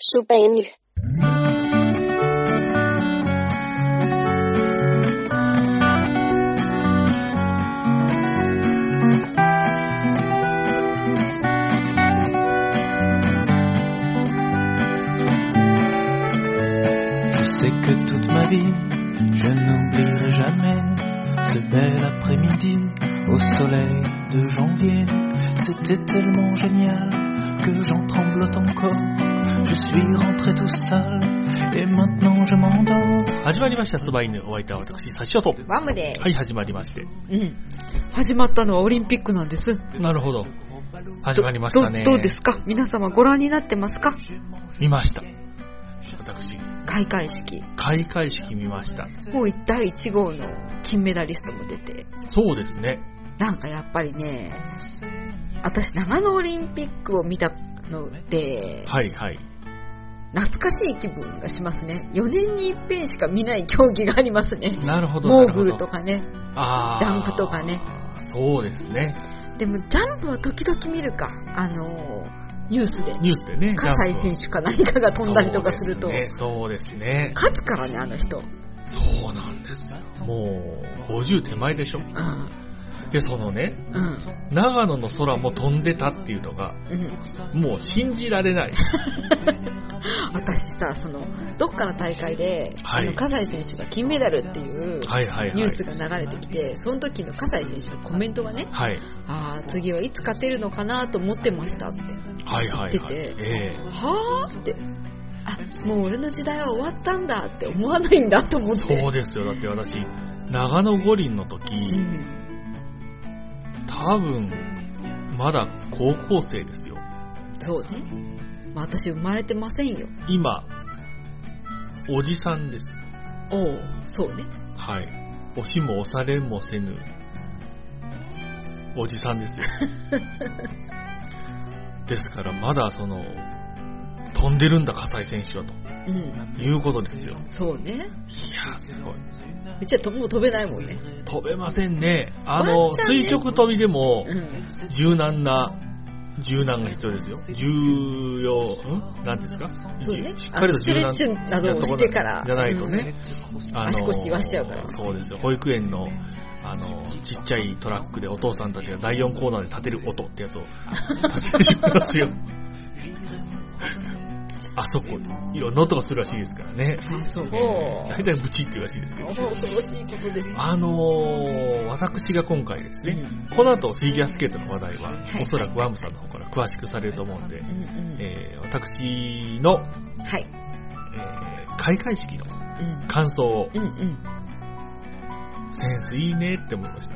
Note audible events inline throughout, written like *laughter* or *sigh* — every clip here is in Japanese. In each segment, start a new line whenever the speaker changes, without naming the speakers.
Chopin.
Je sais que toute ma vie, je n'oublierai jamais ce bel après-midi au soleil de janvier. C'était tellement génial que j'en tremblote encore. Je suis rentré tout seul et maintenant je m'endors.
始まりました、スバイヌ、お相手は私、サシオと。は
ワムで
い、始まりまして。
うん。始まったのはオリンピックなんです。
なるほど。始まりましたね。
どどうですか皆様ご覧になってますか
見ました。私、
開会式。
開会式見ました。
もう第1号の金メダリストも出て。
そうですね。
なんかやっぱりね、私長野オリンピックを見たので、
はいはい。
懐かしい気分がしますね。4年に一遍しか見ない競技がありますね。
なるほど、な
モ
る
ー
ほ
グル
ど。
とかね。
あー
ジャンプとかね。
そうですね。
でもジャンプは時々見るか。あのー、ニュースで。
ニュースでね。
葛西
ジャン
選手か何かが
プ
飛んだりとかすると、
そうですね。
勝つからね、あの
そう
人。
ですねそうなんですよ。もう、50手前でしょ。
うん。
で、そのね、
うん。
長野の空も飛んでたっていうのが、
うん。
もう信じられ
*laughs*
ない。
私さ、その、どっかの大会で、
はい
あの、葛西選手が金メダルっていう、
はいはいはい。
ニュースが流れてきて、その時の葛西選手のコメントがね、
はい。
ああ、次はいつ勝てるのかなと思ってましたって。
はいはい、はい。
言ってて
ええ
はあって。あ、もう俺の時代は終わったんだって思わないんだと思って。
そうですよ。だって私、長野五輪の時、
うん。
多分、まだ高校生ですよ。
そうね。まあ私生まれてませんよ。
今、おじさんです。
おう、そうね。
はい。押しも押されもせぬ、おじさんです
*laughs*
よ。ですから、まだその、飛んでるんだ、葛西選手は、と
うん。
いうことですよ。
そうね。
いやー、すごい。
うちはともう飛べないもんね。
飛べませんね。あ
ワ
の、
ンチャンね
垂直飛びでも、
うん。
柔軟な、柔軟が必要ですよ。重要、んなんていうんですか
そうね。
しっかりと
あのスト
柔
レ
軟
ッチなどをしてから。
じゃないとね、あの
足腰言わしちゃうから
そうですよ。保育園の、あの、ちっちゃいトラックでお父さんたちが第4コーナーで立てる音ってやつを立ててしまいます
*laughs*
よ。あそこ、いろんな音がするらしいですからね。
うん。あ、そう。
えー大体ブチって言うらしいですけど。
恐ろしいことです。
あのー、私が今回です
う
ね、
ん。
この後フィギュアスケートの話題は、
い
おそらくワムさんの方から詳しくされると思うんで、
うんうん。
えー私の、
はい。
えー開会式の
うん。
感想を、
うんうん。
センスいいねって思いました。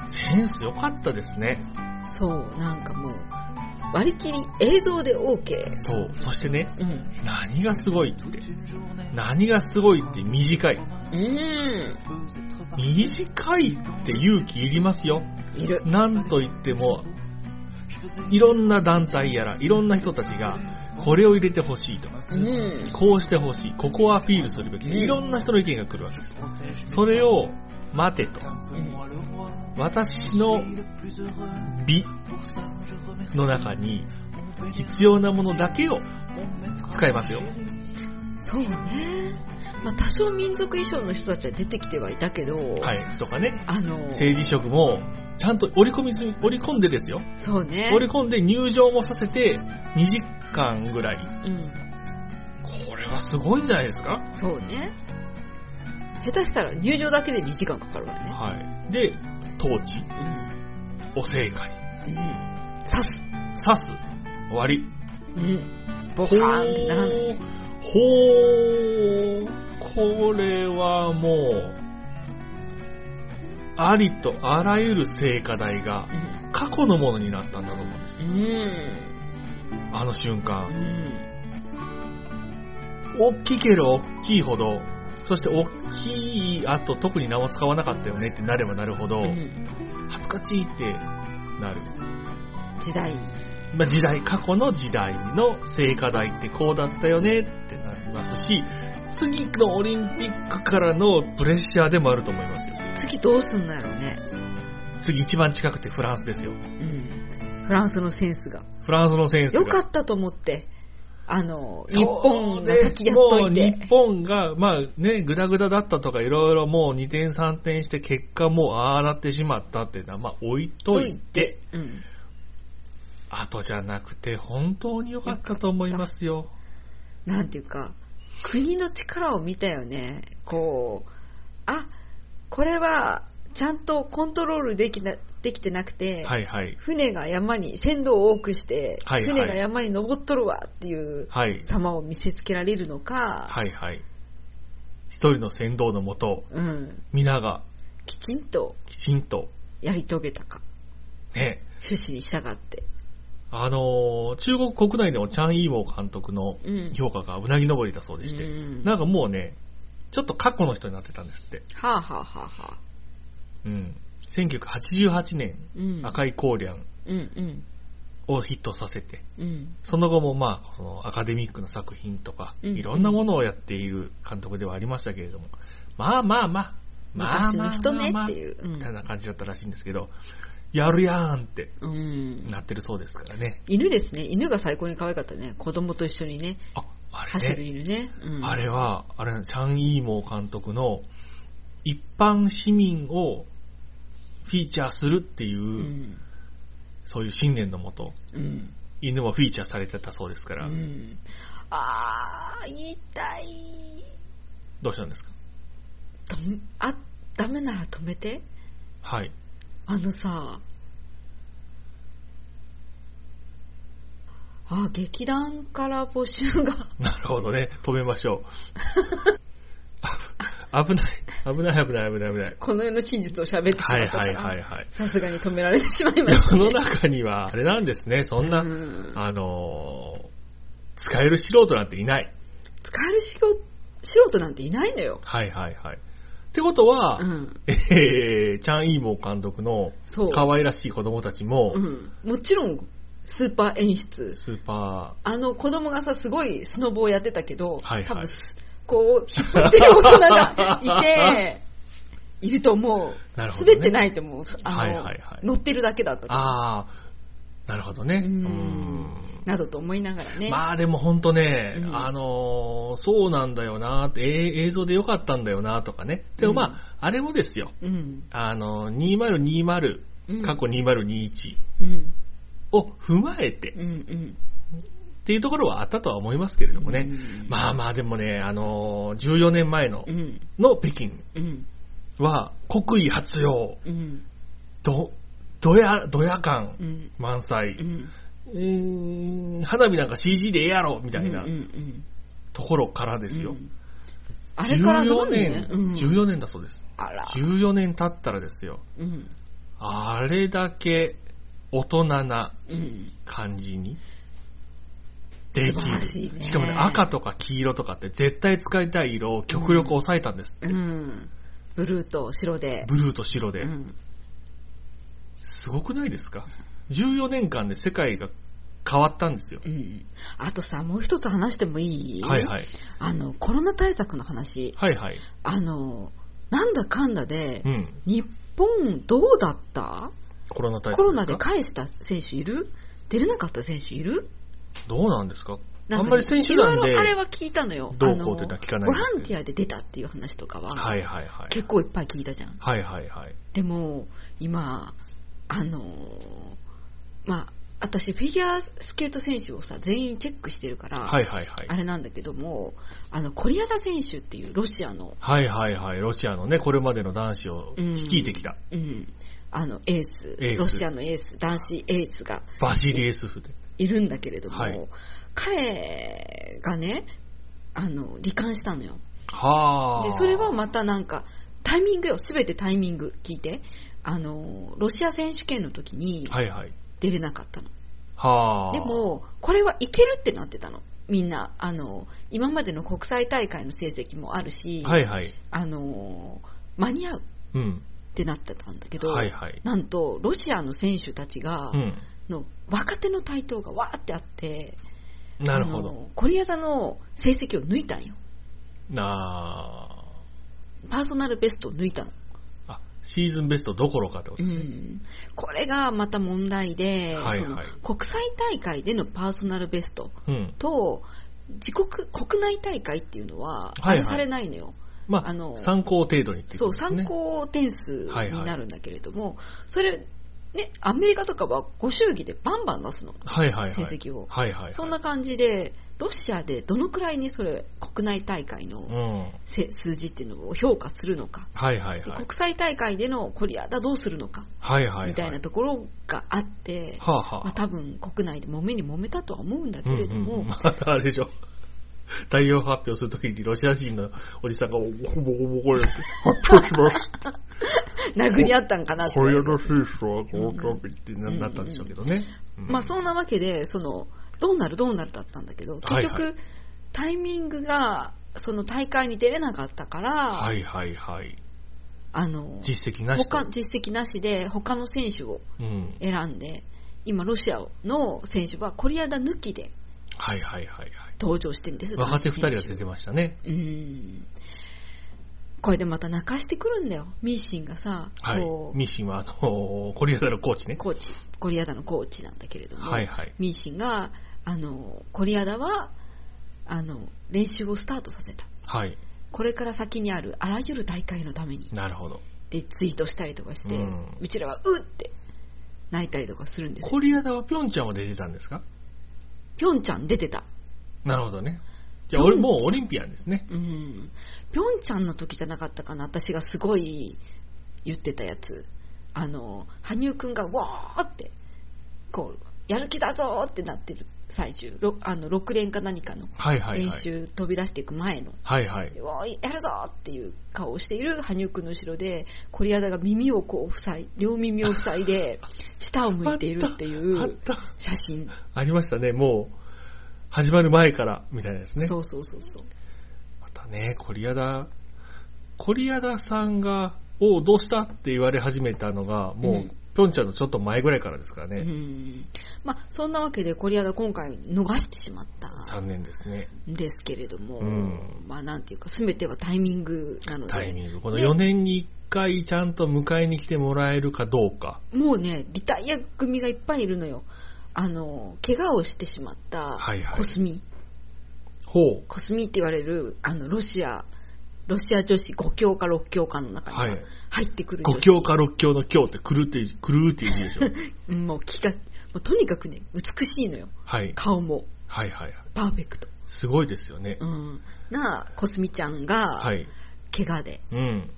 あ
センス良かったですね。
あ、そう、なんかもう、割り切り映像で OK。
そう。そしてね、
うん。
何がすごいって、何がすごいって短い。
う
短いって勇気いりますよ。
ーん。いる。
なんといっても、いろんな団体やら、いろんな人たちが、これを入れてほしいとか、
うん。
こうしてほしい、ここはアピールするべき、いろんな人の意見が来るわけです。それを、待てと。
うん。
私の美の中に、必要なものだけを使いますよ。
そうね。まあ、多少民族衣装の人たちは出てきてはいたけど、
はい。とかね、
あの、
政治色も、ちゃんと折り込みす、折り込んでですよ。
そうね。
折り込んで入場もさせて、2時間ぐらい
うん。
これはすごいんじゃないですか
そうね。下手したら入場だけで2時間かかるからね。
はい。で、統治、
うん。
お正解、
うん。刺す。
刺す、終わり。
うん。ボカーンってならない。
ほー、これはもう、ありとあらゆる聖火台が
うん
過去のものになったんだと思うんです。
うん。
あの瞬
う
間。
ん。
大きければ大きいほど、そして大きい後特に名も使わなかったよねってなればなるほど、
うん
恥ずかしいってなる。
時代。
まあ、時代、過去の時代の聖火台ってこうだったよねってなりますし、次のオリンピックからのプレッシャーでもあると思いますよ。
次どうすんのやろうね。
次一番近くてフランスですよ。
うん。フランスのセンスが。
フランスのセンスが。
よかったと思って、あの、
そう
日本が先やっとい
も
て
う。日本が、まあね、ぐだぐだだったとか、いろいろもう2点3点して、結果もうああなってしまったっていうのは、まあ置いといて、
うん。
あとじゃなくて、本当に良かったと思いますよ。
なんていうか、国の力を見たよね。こう、あ、これは、ちゃんとコントロールできな、できてなくて、
はいはい。
船が山に、鮮度を多くして、
はいはい
船が山に登っとるわっていう
はい。
様を見せつけられるのか、
はいはい。一人の船頭のもと、
うん、
皆が
きちんと
きちんと、
やり遂げたか、
ね、
趣旨に従って。
あのー中国国内でもチャン・イーモー監督の
うん。
評価がうなぎ登りだそうでして、
うん
なんかもうね、ちょっと過去の人になってたんですって。
はあ、はあはあはあ、
うん。1988年、
うん。
赤い光ン
うんうん
をヒットさせて、
うん。
その後もまあ、そのアカデミックな作品とか、
うん
いろんなものをやっている監督ではありましたけれども、まあまあまあ、まあ
昔
まあ
の人ね
まあまあ
っていう。うん
みたいな感じだったらしいんですけど、やるやんって
うん。
なってるそうですからね。
犬ですね。犬が最高に可愛かったね。子供と一緒にね、
あ、あ
走
れ
る
ね。
犬ね。うん、
あれは、あれ、チャン・イーモー監督の一般市民をフィーチャーするっていう、
うん。
そういう信念のもと、
うん。
犬もフィーチャーされてたそうですか
う
ら、
ん。あー、痛い。
どうしたんですか
とんあ、ダメなら止めて。
はい。 *laughs*
あのさ、あ、劇団から募集が。 *laughs*
なるほどね。止めましょう。あ危ない。危ない、危ない、危ない、危
*laughs*
ない。
この世の真実を喋ってしま
はい
ったか
はい
ら
はい
*laughs*
はい。
さすがに止められてしまいました、
世
ね。
の中には、あれなんですね。そんな、
うん
あのー使える素人なんていない。
使える仕事素人なんていないのよ。
はいはいはい。ってことは、
うん。
えーチャン・イーモー監督の
そう。
可愛らしい子供たちも、
うん。もちろん、スーパー演出。
スーパ
あの、子供がさ、すごいスノボをやってたけど、
はいはい
多分、こう、引っ張ってる大人がい
*laughs*
て、いると思う。
ー、なるほど、ね。
滑ってないと思う。あの、
はいはいはい
乗ってるだけだったと思う
ああ、なるほどね。
うーん
うーん
などと思いながらね。
まあでも本当ね、
うん
あのーそうなんだよなって、えー映像でよかったんだよなとかね。でもまあ、
うん
あれもですよ、
うん。
あのー2020、
うん
過去2021
うん。
を踏まえて、
うん。うん。
っていうところはあったとは思いますけれどもね。
うん
まあまあでもね、あのー14年前の
う、ん。
の北京
うん。
は、国威発揚、
うん。
ど、どや、どや感
うん。
満載
う、ん。
うーん花火なんか CG でええやろみ
み
たいな
うん。うん。
ところからですよ。
うんあれから
14
何
年、
年、うん、
14年だそうです。
あら。
14年経ったらですよ、
うん。
あれだけ大人な
うん。
感じにでき
素晴
る。
らしいね
かもね、赤とか黄色とかって絶対使いたい色を極力抑えたんですって。
うん。ブルーと白で。
ブルーと白で
う。ん。
すごくないですか ?14 年間で世界が変わったんですよ。
うん。あとさ、もう一つ話してもいい
はいはい。
あの、コロナ対策の話。
はいはい。
あの、なんだかんだで
う、ん。
日本どうだった
コロナ対策
コロナ
す
で
か
返した選手いる出れなかった選手いる
どうなんですか
なか
あんまり選手団
いろい
で
ろあれは聞いたのよ。
どうこうってのは聞かないですけど
あのボランティアで出たっていう話とかは、
はいはいはい。
結構いっぱい聞いたじゃん。
はいはいはい。
でも、今、あのまあ、私、フィギュアスケート選手をさ、全員チェックしてるから、
はいはいはい。
あれなんだけども、あの、コリアダ選手っていうロシアの、
はいはいはい。ロシアのね、これまでの男子を率いてきた。
うん、あの、エース
エース
ロシアのエース、男子エースが
バシリエスフで。
いるんだけれども、
はい
彼がね、あの、離婚したのよ。
はあ。
で、それはまたなんか、タイミングよ、すべてタイミング、聞いて。あの、ロシア選手権の時に
はいはい。
出れなかったの。
はあ。
で、も、これはいけるってなってたの。みんな、あの、今までの国際大会の成績もあるし、
はいはい。
あの、間に合う
うん。
ってなってたんだけど、
はいはい。
なんと、ロシアの選手たちが
う、ん。
の若手の台頭がわーってあって、
なるほど。
あのコリア座の成績を抜いたんよ。
な
パーソナルベストを抜いたの。
あ。あ、シーズンベストどころかってこと
う
ですね。
ん、これがまた問題で、
はい
その
はい
国際大会でのパーソナルベスト
うん。
と自国国内大会っていうのは
はいはい
あれされないのよ、
まあ、
あの
参考程度にってい
そう
ことですね
参考点数になるんだけれども、それ、ね、アメリカとかはご祝儀でバンバン出すの、
はいはいはい。
成績を。
はいはいはい。
そんな感じで、ロシアでどのくらいにそれ国内大会
うん。
の
はい
せ数字っていうのを評価するのか、
はいはい。
で国際大会でのコリアだどうするのか
はいはい、はい。
みたいなところがあって、
はあはあ
まあ、多分国内で揉めに揉めたとは思うんだけれども、
うんうんまたあれでしょ。大量発表するときにロシア人のおじさんがボコボコボコで発表します。
殴り合ったんかなって
これよろしいですわ、このトピってななったんでしょうけどね。
まあそ
うん
なわけでそのどうなるどうなるだったんだけど
はいはい
結局、タイミングがその大会に出れなかったから、
はいはいはい。
あの
実績なしと。
他実績なしで他の選手を
うん。
選んで今ロシアの選手はコリアダ抜きで
はいはいはいはい。
登場してるんです
若手二人が出
男子選
てましたね。
手うんこれでまた泣かしてくるんだよミーシンがさ、
はい
こ。う
ミシンは、あのーコリアダのコーチね。
コーチコリアダのコーチなんだけれども、
はいはい。
ミーシンがあのコリアダはあの練習をスタートさせた
はい。
これから先にあるあらゆる大会のためにっ
なるほど。
てツイートしたりとかして、
う
うんちらはうって泣いたりとかするんですよ
コリアダはピョンちゃんは出てたんですか
ピョンちゃん出てた
なるほどね。じゃあ、俺もうオリンピアンですね。
うんピョンちゃんの時じゃなかったかな私がすごい言ってたやつあの羽生くんがわーってこうやる気だぞーってなってる最中ろあの6連か何かの
はいはいはい。
練習飛び出していく前の
はいはい。
おいやるぞっていう顔をしている羽生くんの後ろで、コリアダが耳をこう塞い、両耳を塞いで、下を向いているって
*laughs*
い
あっ
う
た。
写真。
ありましたね、もう、始まる前から、みたいなですね。
そうそうそうそう。
またね、コリアダ、コリアダさんが、おうどうしたって言われ始めたのが、もう、
うん
ピョンちゃんのちょっと前ぐらいからですから
う
ね。
ん。まあ、そんなわけでコリアダ今回逃してしまった
残念ですね。
んですけれども、
うん
まあなんていうか、すべてはタイミングなの
タイミ
で、
ング。この
ね
4年に1回ちゃんと迎えに来てもらえるかどうか。
もうね、リタイア組がいっぱいいるのよ。あの、怪我をしてしまった
はいはい
コスミ。
ほう。
コスミって言われる、あの、ロシア、ロシア女子5強か6強かの中
は
に
い。
入ってくる女子、
5強か6強の強って、くるって、くるっていう字でしょ。
うんもう気が、もうとにかくね、美しいのよ。
はい。
顔も、
はいはいはい。
パーフェクト。
すごいですよね
う。ん。なあ、コスミちゃんが
は、い。
怪我で
うん。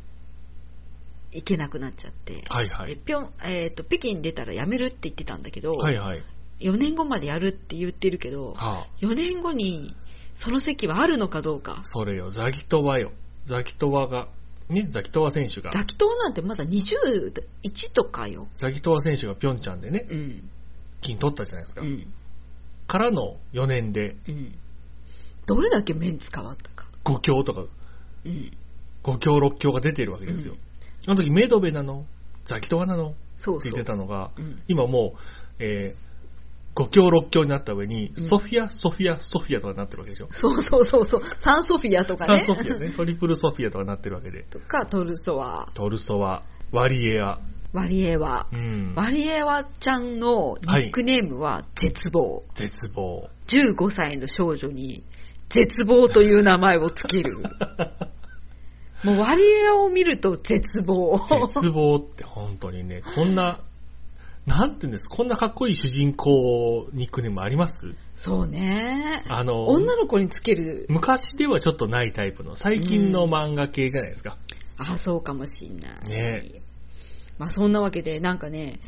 行けなくなっちゃって、
はいはい
で。ぴょん、えっ、と、北京出たら辞めるって言ってたんだけど、
はいはい。
4年後までやるって言ってるけど、
はあ。
4年後に、その席はあるのかどうか。
それよ、ザギトワよ。ザギトワが、ね、ザギトワ選手が、
ザキトウなんてまだ21とかよ。
ザギトワ選手がピョンチャンでね、
うん。
金取ったじゃないですか。
うん。
からの4年で、
うん、どれだけメンツ変わったか、
5強とか、
うん、
5強、6強が出てるわけですよ。あの時、メドベなの、ザギトワなのって
そうそう
言ってたのが、
うん、
今もう、え5強、6強になった上に、
うん
ソフィア、ソフィア、ソフィアとかになってるわけでしょ。
そうそうそうそうサンソフィアとか
サン
ね
ソフィアね、トリプルソフィアとかになってるわけで。
とかトルソワ
トルソワ、ワリエア、
ワリエワ、
うん、
ワリエワちゃんのニックネームは絶望、
絶望。 *laughs*
15歳の少女に絶望という名前をつ
*laughs*
けるもうワリエワを見ると絶望
絶望って本当にね、こんな、なんていうんですこんなかっこいい主人公ニックネームあります
そうね
あの、
女の子につける
昔ではちょっとないタイプの、最近の漫画系じゃないですか。
あ、そうかもしんない。
ね
まあそんなわけで、なんかね、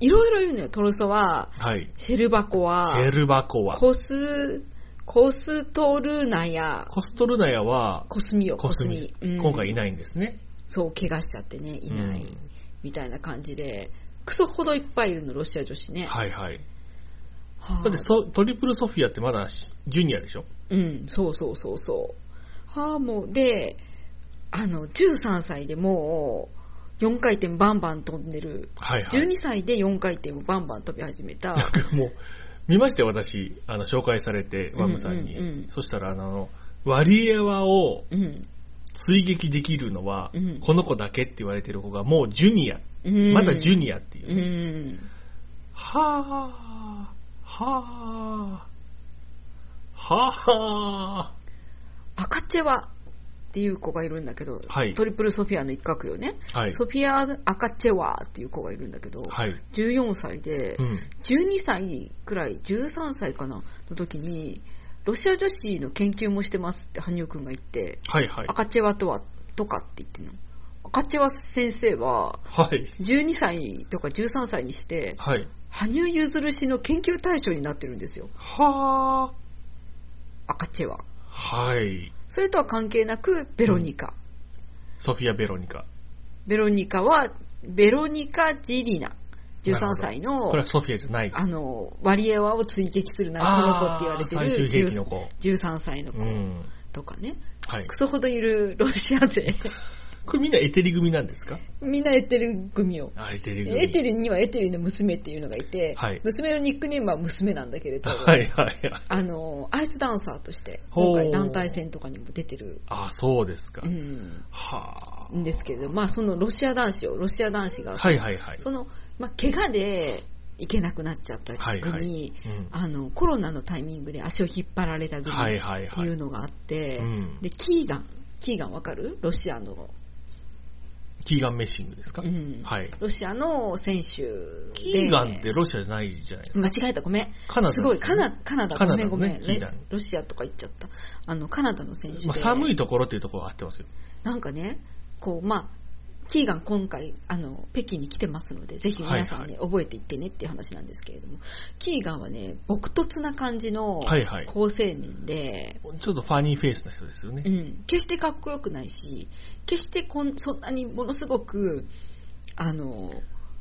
いろいろ言うのよ。トルソは、
はい。
シェルバコは
シ、ェルバコは。
コス、コストルナや、
コストルナヤは、
コスミよ、
コスミ。今回い
な
な
い。
いんですね。
そう、怪我しちゃってね、いない。
うん
みたいな感じで、クソほどいっぱいいるの、ロシア女子ね。
はいはい。
はあ
だってそトリプルソフィアってまだしジュニアでしょ
うん、そうそうそうそう。はあ、もう、で、あの、13歳でもう、4回転バンバン飛んでる。
はいはい。
12歳で4回転をバンバン飛び始め
*laughs*
た。
なんかもう、見まして私、あの、紹介されて、ワムさんに。
うんうんうん
そしたら、あの、ワリエワを、
うん。
追撃できるのは、
うん
この子だけって言われてる子がもうジュニア、
うん
まだジュニアっていうう、ね
ん。
はぁ、はぁ、は
アカチェワっていう子がいるんだけど、
はい
トリプルソフィアの一角よね。
ぁ、はい、
ソフィア・アカチェワっていう子がいるんだけど、
はい、
14歳で
う、ん、
12歳くらい、13歳かな、の時に、ロシア女子の研究もしてますって羽生くんが言って、
はい、はい
ア、カチェワとは、とかって言ってんの。アカチェワ先生は、
はい、
12歳とか13歳にして、
はい、
羽生結弦氏の研究対象になってるんですよ。
は
アカチェワ。
ぁ、はい、
それとは関係なく、ベロニカ。
ソフィア・ベロニカ。
ベロニカは、ベロニカ・ジリナ。13歳の
これ、はソフィアじゃない。
あの、ワリエワを追撃するならこの子って言われて
あー最終兵器の
る
子。
13歳の子
うん。
とかね。
はい。
クソほどいるロシア勢。 *laughs*
これみんなエテリ組なんですか
みんなエテル組を。
あ、エテリ組。
エテルにはエテルの娘っていうのがいて、
はい
娘のニックネームは娘なんだけれど、
はいはいはい。
あの、アイスダンサーとして、
ほう
今回団体戦とかにも出てる、
あ、そうですか
う。ん、
は
んですけれど、まあそのロシア男子を、ロシア男子
あ。
が
はいはいはい。
その、まあ、怪我で行けなくなっちゃった組、
はいはいうん
あのコロナのタイミングで足を引っ張られた組っ
はいはい
て
はいい。
うのがあって、
うん
でキーガン、キーガンわかるロシアの、
キーガンメッシングですか
うん
はい。
ロシアの選手で。
キーガンってロシアじゃないじゃないです
間違えた、ごめん。
か。カナダ
すごい、
です
カ
よね
ナカナダ、
カナダ
ごめん、
の
ごめ
ね
ん、
キー
レ
ガン
ロシアとか言っちゃった。あの、カナダの選手で。
まあ寒いところっていうところは合ってますよ。
なんかね、こう、まあ、キーガン今回、あの、北京に来てますので、ぜひ皆さんね、
はい
覚えていってねっていう話なんですけれども、キーガンはね、朴突な感じの
はいはい
好青年で、
ちょっとファニーフェイスな人ですよね
う。ん、決してかっこよくないし、決してこんそんなにものすごく、あの、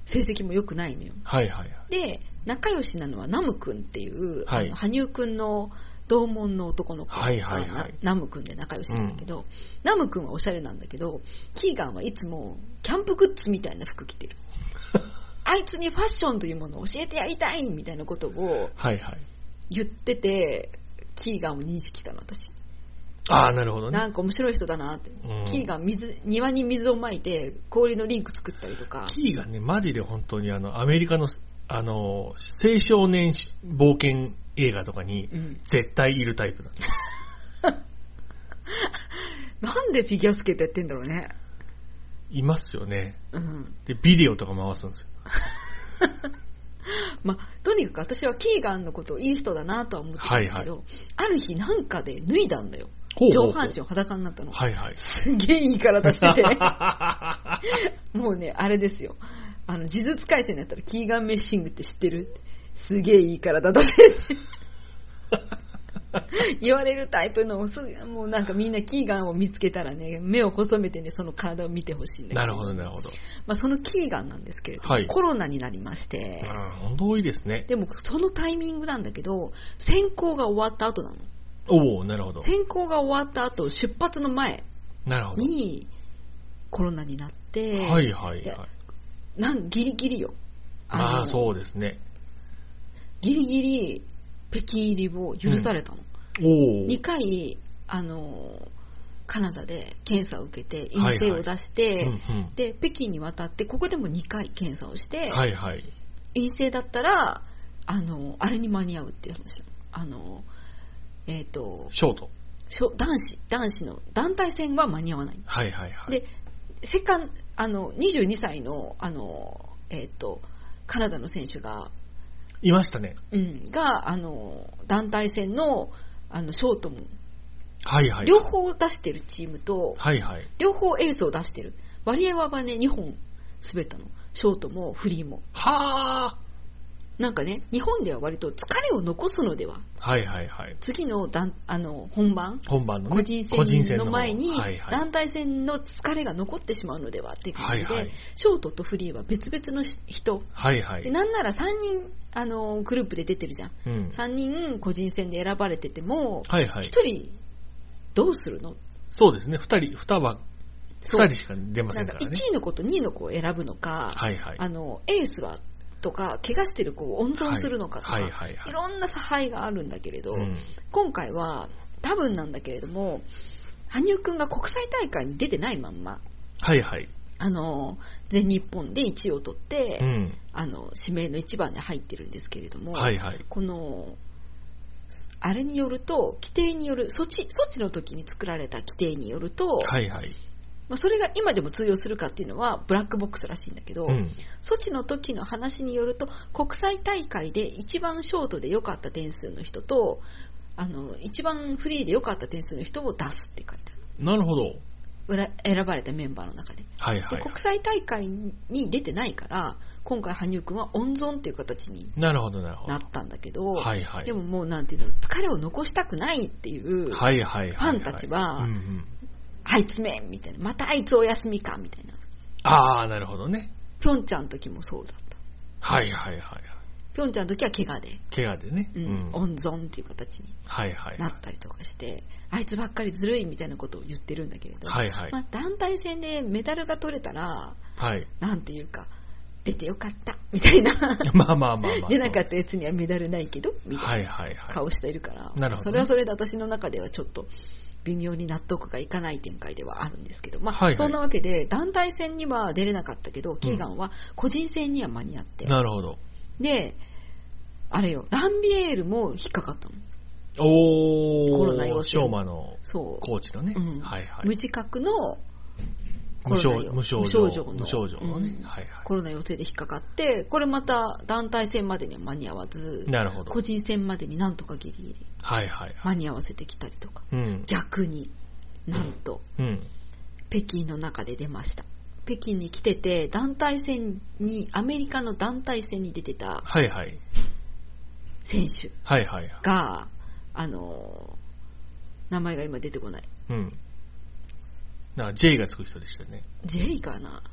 成績も良くないのよ。
はいはいはい。
で、仲良しなのはナム君っていう、
はい
あの羽生君の同門の男の子が、
はいはいはい
なナム君で仲良しなんだけど、ナム君はおしゃれなんだけど、キーガンはいつもキャンプグッズみたいな服
*laughs*
着てる。あいつにファッションというものを教えてやりたいみたいなことを
はいはい。
言ってて、キーガンを認識したの私。
ああ、なるほどね
な。んか面白い人だなって。
うん
キーガン水、庭に水をまいて氷のリンク作ったりとか。
キーがね、マジで本当にあの、アメリカの、あの、青少年冒険映画とかに、
うん
絶対いるタイプなんです。
なんでフィギュアスケートやってんだろうね。
いますよね。
うん。
で、ビデオとか回すんですよ。
まあ、とにかく私はキーガンのことをいい人だなとは思ってたんだけど、
はいは
ある日なんかで脱いだんだよ。
ほうほうほ
上
う
半身を裸になったの。
はい
*laughs*
はい。
すげえいい体してて、もうね、あれですよ。あの、呪術改戦だったらキーガンメッシングって知ってるすげえいい体だ
*laughs*
ねって。言われるタイプの、すもうなんかみんなキーガンを見つけたらね、目を細めてね、その体を見てほしいんだけど。
なるほど、なるほど。
まあ、そのキーガンなんですけれども、
はい
コロナになりまして、
うん、本当多いですね。
でもそのタイミングなんだけど、選考が終わった後なの。
おおなるほど。
選考が終わった後、出発の前
なるほど。
にコロナになって、
はいはい
で
はい。
なんギリギリよ。
ああー、
う。
そうですね。
ギリギリ北京入りを許されたの。
おお
2回、あの、カナダで検査を受けて、陰性を出して、
うん
で、北京に渡って、ここでも2回検査をして、
うん。はいはい。
陰性だったら、あの、あれに間に合うっていう話なの。あの、えっ、と、
ショート。
しょ男子、男子の団体戦は間に合わない。
はいはいはい。
で、セカン、あの、22歳の、あの、えっ、と、カナダの選手が、
いましたね。
うん、が、あの、団体戦の、あの、ショートも、
はいはい。
両。方出してるチームと、
はいはい。
両方エースを出してる。ワリエワはね、2本滑ったの。ショートもフリーも。
はあ。
なんかね、日本では割と疲れを残すのでは、
はいはいはい。
次の団、あの、本番、
本番のね
個人戦の
方
前に
はいはい。
団体戦の疲れが残ってしまうのではっていう感じで、
はいはい
ショートとフリーは別々の人、
はいは
で
い。
なんなら3人あのグループで出てるじゃん、
うん。
3人個人戦で選ばれてても、
はいはい。
1人どうするの
そうですね。二人、二は、
そう
二人しか出ませ
なん
ん
か
から
1
ね。
位の子と2位の子を選ぶのか、
はいはい。
あのエースはとか、怪我してる子を温存するのかとか、
はいは
い
いはいはい
ろんな差配があるんだけれど、
うん
今回は多分なんだけれども羽生くんが国際大会に出てないまんま、
はいはい。
あの、全日本で1位を取って、
うん。
あの、指名の1番で入ってるんですけれども、
はいはい。
この、あれによると、規定による、措置、措置の時に作られた規定によると、
はいはい。
まあ、それが今でも通用するかっていうのはブラックボックスらしいんだけど、
うん。
措置の時の話によると国際大会で一番ショートで良かった点数の人とあの一番フリーで良かった点数の人を出すって書いてある
なるほど。
うら選ばれたメンバーの中で
はいは
で
いはい。
国際大会に出てないから今回羽生君は温存っていう形に
なるほどなるほ
な
ど。
ったんだけど、
はいはい。
でももうなんていうの疲れを残したくないっていう、
はいはいはいはい。
ファンたちは
うんうん。
あいつめみたいなまたあいつお休みかみたいな
ああ、なるほどね。
ピョンチャンの時もそうだった
はいはいはいはい。
ピョンチャンの時は怪我で、
怪我でね。
うん温存っていう形に
はいはい
な
は
ったりとかして、あいつばっかりずるいみたいなことを言ってるんだけれ
い。
ど、
はいはい
ま。あ、団体戦でメダルが取れたら、
はい。 *laughs*
なんていうか、出てよかったみたいな、
まあまあまあまあ。
出なかったやつにはメダルないけどみた
はいい
な
はいはい。
顔しているから、
なるほどね
それはそれで私の中ではちょっと。微妙に納得がいかない展開ではあるんですけど、まあ
はいはい
そんなわけで団体戦には出れなかったけど、キーガンは個人戦には間に合って、
なるほど。
で、あれよ、ランビエールも引っかかったの。
おー。
コロナ陽性
しょうまの
そう。
コーチのね。
うん
はいはい。
無自覚の
無
コロナ
症
陽
無症
無
状
症状の
無症状のね、
うん
はいは
コロナ陽性で引っかかって、これまた団体戦までには間に合わず
い。、なるほど。
個人戦までになんとかギリギリ
はいはいは
間
い。
に合わせてきたりとか、
うん。
逆になんと
うん。
北京の中で出ました。北京に来てて、団体戦に、アメリカの団体戦に出てた
はいはい。
選手
はいはいはい。
が、あのー名前が今出てこない。
うん。なんか J がつく人でしたね。
ジェイかな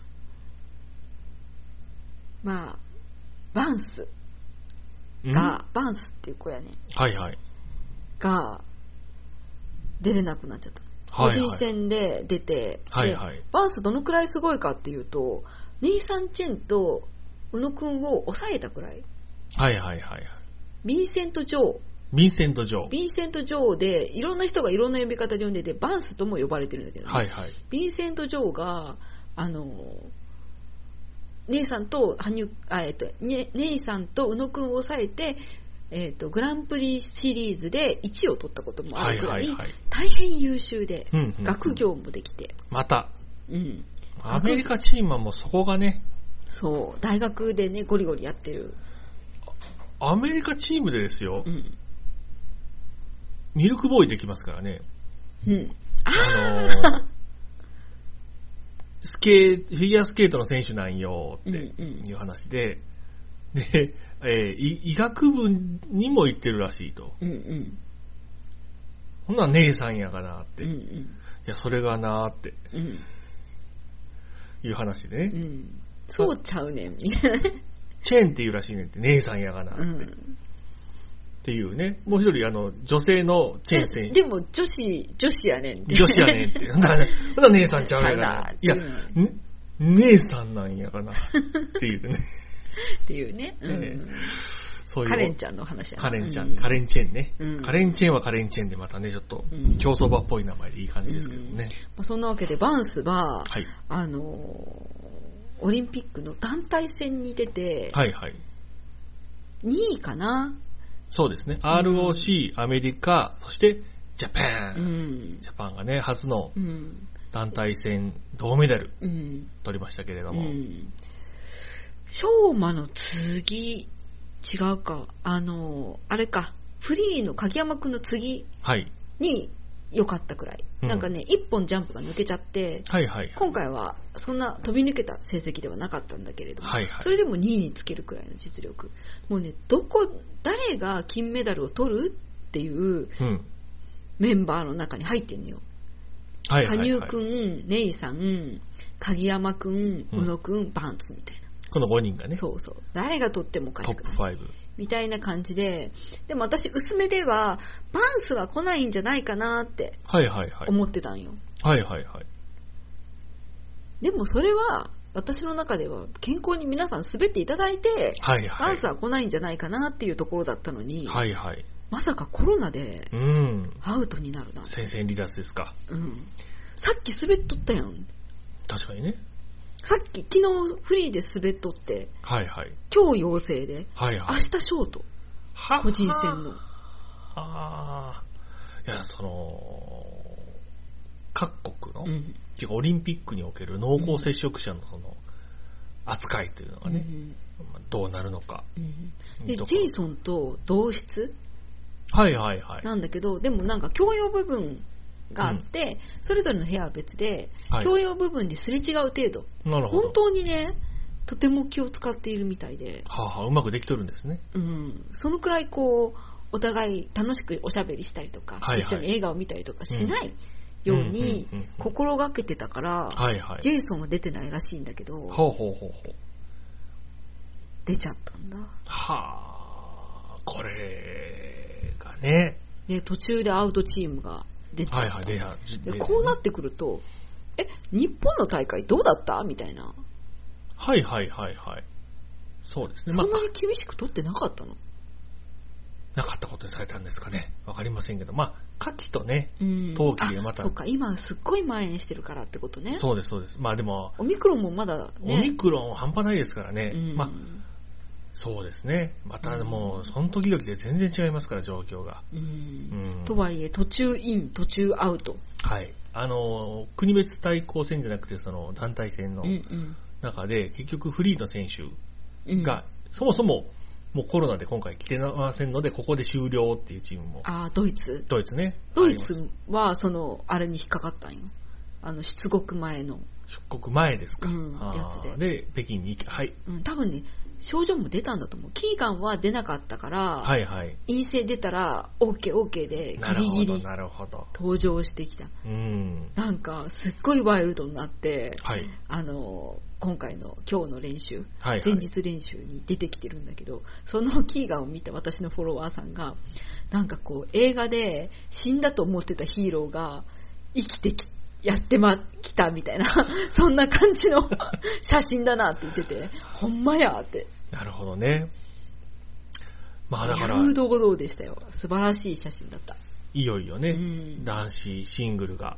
まあ、バンス
うん
が、バンスっていう子やね、
はいはい。
が、出れなくなっちゃった。
はいはい
個人戦で出て、
はい
で
はい。
バンスどのくらいすごいかっていうと、ネイサン・チェンと宇野くんを抑えたくらい。
はいはいはいはい。
ヴィンセント・ジョー。
ヴィンセント・ジョー。
ヴィンセント・ジョーで、いろんな人がいろんな呼び方で呼んでて、バンスとも呼ばれてるんだけどね、
はいはい。
ヴィンセント・ジョーが、あの、姉さんと羽生、あえっと、ね姉さんと宇野くんを抑えて、えっと、グランプリシリーズで1位を取ったこともあ
はい
るくら、
はいいはい。
大変優秀で、
うんうんうん
学。業もできて、
また、
うん、
アメリカチームはもうそこがね、
そう、大学でね、ゴリゴリやってる、
アメリカチームでですよ
う、ん、
ミルクボーイできますからね。
うん、
あの
*laughs*
ー、スケー、フィギュアスケートの選手なんよ
う
っ
ん、う
て
ん、
いう話で、で、えー医医学部にも行ってるらしいと。
うん、うん、
ほんなら姉さんやがなって。
うん、う
い
ん、
や、それがなーって
うん、
いう話でね。
うん、そうちゃうねん、みたい
チェーンっていうらしいねんって、姉さんやがなっ
な。
て。
う
っ
ん
ていうね。もう一人、あの、女性のチェーン選手。
でも女子、女子やねんって。
女子やねんって。ほんなら、ほんなら姉さんちゃうやがな。い
ちゃ
や、
うなって
ね姉さんなんやがな。っていう
*laughs*
ね。
っていうね。う
え
ん
そういう。
カレンちゃんの話やな
カレンちゃ、
うん
カレンチェーンね
うん。
カレンチェーンはカレンチェーンでまたね、ちょっと
うん
競走馬っぽい名前でいい感じですけどね。
まあそんなわけで、バンスは、
はい。
あのーオリンピックの団体戦に出て、
はいはい。
2位かな。
そうですね。
ん
ROC、アメリカ、そしてジャパ
う
ン。
ん。
ジャパンがね、初の
うん。
団体戦銅メダル
うん。
取りましたけれど
う
も。
ん。しょうまの次、違うか。あのーあれか。フリーの鍵山くんの次
はい。
に良かったくらい。
うん
なんかね、1本ジャンプが抜けちゃって、
はいはい。
今回はそんな飛び抜けた成績ではなかったんだけれども、
はいはい
それでも2位につけるくらいの実力、もうね、どこ、誰が金メダルを取るっていう
うん。
メンバーの中に入ってんのよ、
はいはい、はい。
羽生くん、ネイさん、鍵山くん、宇野くん、バンツみたいな、
この5人がね、
そうそう、誰が取ってもおか
ト
し
ッ
く
プ
ない。
5。
みたいな感じで、でも私、薄めでは、バンスが来ないんじゃないかなって
はいはいはい。
思ってたんよ。
はいはいはい。
でもそれは、私の中では健康に皆さん滑っていただいて、
はい
バ
は
ン
い
ス。は来ないんじゃないかなっていうところだったのに、
はいはい。
まさかコロナで
うん。
アウトになるなんて。
戦線離脱ですか。
うん。さっき滑っとったやん。
確かにね。
さっき昨日フリーで滑っとって、
はいはい。
今日陽性で、
はい
明
はい
日。ショート、
は
個人戦の。
ああ。いや、その、各国の、
う
っ
ん。
ていうかオリンピックにおける濃厚接触者のその、扱いというのが
う
ね、
ん
まあどうなるのか。
うんで、
とか
ジェイソンと同室
はいはいはい。
なんだけど、でもなんか共用部分があって、それぞれの部屋は別で、
はい
共用部分ですれ違う程度、
なるほど。
本当にね、とても気を使っているみたいで、
はあ、はあ、うまくできとるんですね。
うん、そのくらいこう、お互い楽しくおしゃべりしたりとか、
はいはい
一緒に映画を見たりとかしないように
うんうんうんうん
心がけてたから、
はいはい。
ジェイソンは出てないらしいんだけど、
ほうほうほうほう。
出ちゃったんだ。
はあ、これがね。
で、途中でアウトチームが出ちゃった。
はいはい、でや、じ
で
で
こうなってくると、え、日本の大会どうだったみたいな。
はいはいはいはい。そうですね。ま
そ
あ
ん、なに厳しく取ってなかったの
なかったことにされたんですかね。わかりませんけど、まあ、夏季とね、
うん
冬季でまた
あそっか、今すっごい蔓延してるからってことね。
そうですそうです。まあでも、
オミクロンもまだね。
オミクロン半端ないですからね。
うん
まあ、そうですね。またもう、その時々で全然違いますから、状況が。
う
うんん。
とはいえ、途中イン、途中アウト。
はい。あの、国別対抗戦じゃなくて、その団体戦の
うん
中で、結局フリーの選手
うん。
が、そもそも、もうコロナで今回来てませんので、ここで終了っていうチームも、
ああ、ドイツ。
ドイツね。
ドイ
あり
ツは、その、あれに引っかかったんよ。あの、出国前の。
ます出国前ですか。
うん
あー
やつで
北京に行き、はい。
うん、多分ね、症状も出たんだと思う。キーガンは出なかったから、
はいはい。
陰性出たら、OK、OK で、ギ
なるほ
リギ
ど、
リ
なるほど。
登場してきた。
うん。
なんか、すっごいワイルドになって、
はい。
あの、今回の今日の練習、
はい、はい。
前日練習に出てきてるんだけど、そのキーガンを見た私のフォロワーさんが、なんかこう、映画で死んだと思ってたヒーローが生きてき、やってま、きたみたいな、 *laughs* そんな感
*laughs*
じの写真だなって言ってて、ほんまやって。
なるほどね。まあだから、
風堂々でしたよ。素晴らしい写真だった。
いよいよね、
うん
男子シングルが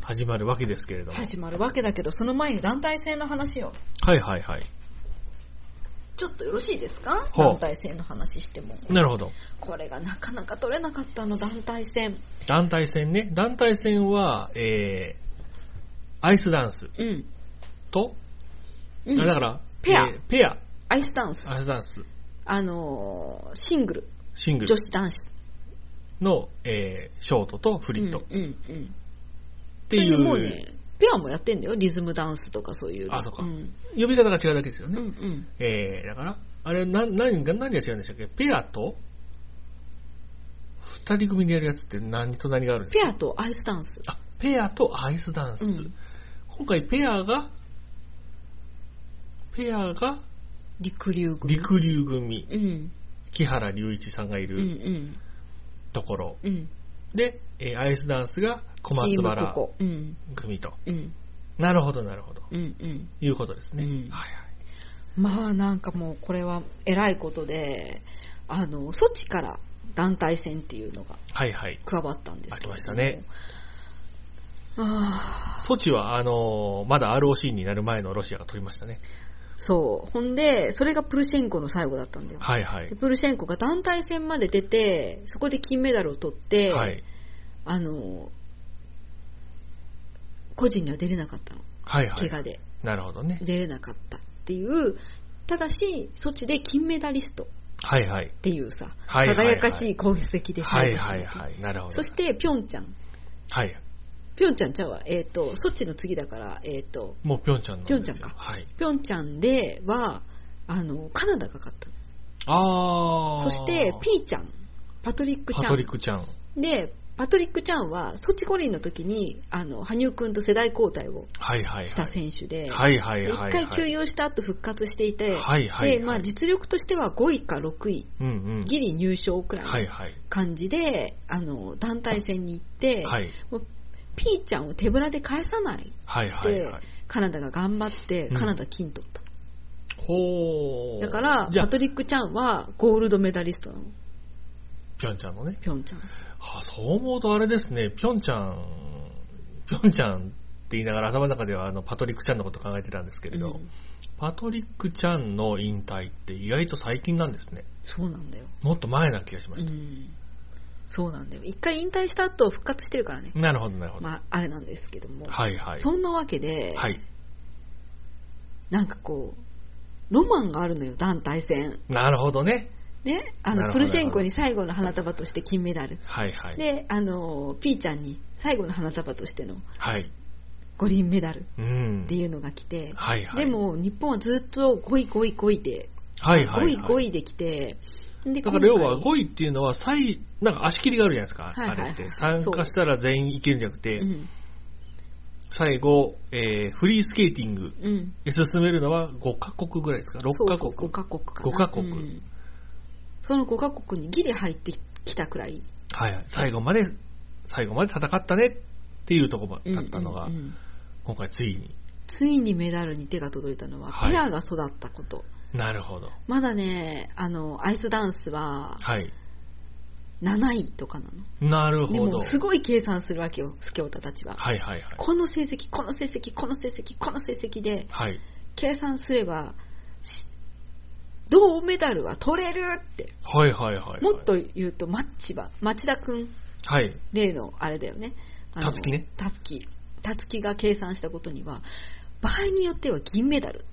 始まるわけですけれども。
始まるわけだけど、その前に団体戦の話を。
はいはいはい。
ちょっとよろしいですか
ほう
団体戦の話しても。
なるほど。
これがなかなか取れなかったの、団体戦。
団体戦ね。団体戦は、えー、アイスダンス
うん。
と、
うん
あだから、
ペア
えーペア、
アイスダンス。
アイスダンス、
あのーシングル、
シングル
女子男子。
の、えーショートとフリットっ
うんうんうん。って
いう、
もうね、ペアもやってんだよ。リズムダンスとかそういうの。
あそうか
ん。
呼び方が違うだけですよ
うん
ね。
うん。
えー、だから、あれ、な、何が、何が違うんでしたっけペアと、二人組でやるやつって何と何があるんですか
ペアとアイスダンス。
あ、ペアとアイスダンス。
うん
今回ペアが、ペアが、
陸流組。
陸流組、
うん。
木原隆一さんがい
うんう
る
ん。
ところ。
うん。
で、えーアイスダンスが小
チ
松
ーム
原
ここ。うん。
組と。
うん。
なるほど、なるほど。
うんうん。
いうことですね。
うん
はいはい。
まあなんかもうこれは偉いことで、あの、ソチから団体戦っていうのが
はいはい。
加わったんですけど。
ありましたね。
ああ。
ソチは、あのーまだ ROC になる前のロシアが取りましたね。
そう。ほんで、それがプルシェンコの最後だったんだよ。
はいはい
で。プルシェンコが団体戦まで出て、そこで金メダルを取って、
はい。
あの、個人には出れなかったの。
はいは
怪
い。
我で。
なるほどね。
出れなかったっていう、ただし、ソチで金メダリストっ
はいはい。
ていうさ、
はいはいはい
輝かしい功績で
はい
最後
はい
締めて
はい。なるほど。
そして、ピョンチャン。
はい。
ピョンチャンちゃうわ。えっ、と、ソチの次だから、えっ、と、
もうピョンチャンの。
ピョンチャンか
はい。
ピョンチャンでは、あの、カナダが勝ったの。
あー。
そして、ピーちゃん、パトリックち
パ
ゃ
ト
ん
リッ。クちゃん。
で、パトリック・チャンは、ソチ五輪の時に、あの、羽生くんと世代交代を
はいはいはい。
した選手で、
はいはい
で一
はいはい。
回休養した後復活してい
はい
て、
はいはい
で、まあ実力としては5位か6位、
うんうん。
ギリ入賞く
は
らい
い
の
はい。
感じで、あの、団体戦に行って、
はい
もうピーちゃんを手ぶらで返さないっ
はいはい
て
はい。、
カナダが頑張って、
うん
カナダ金取った。
ほー。
だから、
じゃ
パ
あ
ト、リック・チャンはゴールドメダリストなの。
ピョンチャンのね。
ぴょんちゃん。
あそう思うとあれですね、ピョンチャン、ピョンチャンって言いながら頭の中ではあのパトリック・チャンのこと考えてたんですけれど、
うん
パトリック・チャンの引退って意外と最近なんですね。
そうなんだよ。
もっと前な気がしま
う
した。
ん。そうなんだよ。一回引退した後復活してるからね。
なるほど、なるほど。
まあ、あれなんですけども。
はいはい。
そんなわけで、
はい。
なんかこう、ロマンがあるのよ、団体戦。
なるほどね。
ね。あ
なるほ
の、
ど
プルシェンコに最後の花束として金メダル。
はいはい。
で、あの、ピーちゃんに最後の花束としての
はい。
五輪メダルっ
うん
て。いうのが来て、
はいはい。
で、も日本はずっと5位5位5位で、
はいはい、はい。
5位5位で来て、で、
だから要は
今回
5位っていうのは、最、なんか足切りがあるじゃないですか、
いはいはい
あれって。参加したら全員いけるんじゃなくて、
うん。
最後、えー、フリースケーティング
うん。
で進めるのは5カ国ぐらいですか ?6 カ国。
5カ国かな。
五カ国
うんその5カ国にギリ入ってきたくらい。
はいはい。最後まで、最後まで戦ったねっていうところだったのが、
うんうんうん
今回ついに。
ついにメダルに手が届いたのは、
はい
ペアが育ったこと。
なるほど。
まだね、あの、アイスダンスは
はい。
7位とかなの。
なる
で
ほど。
も、すごい計算するわけよ、スケオタたちは。
はいはいはい。
この成績、この成績、この成績、この成績で、
はい。
計算すれば、し銅メダルは取れるって。
はいはいはい、はい。
もっと言うと、マッチは、町田くん、
はい。
例のあれだよね。あの
たつきね。
たつき。たつきが計算したことには、場合によっては銀メダル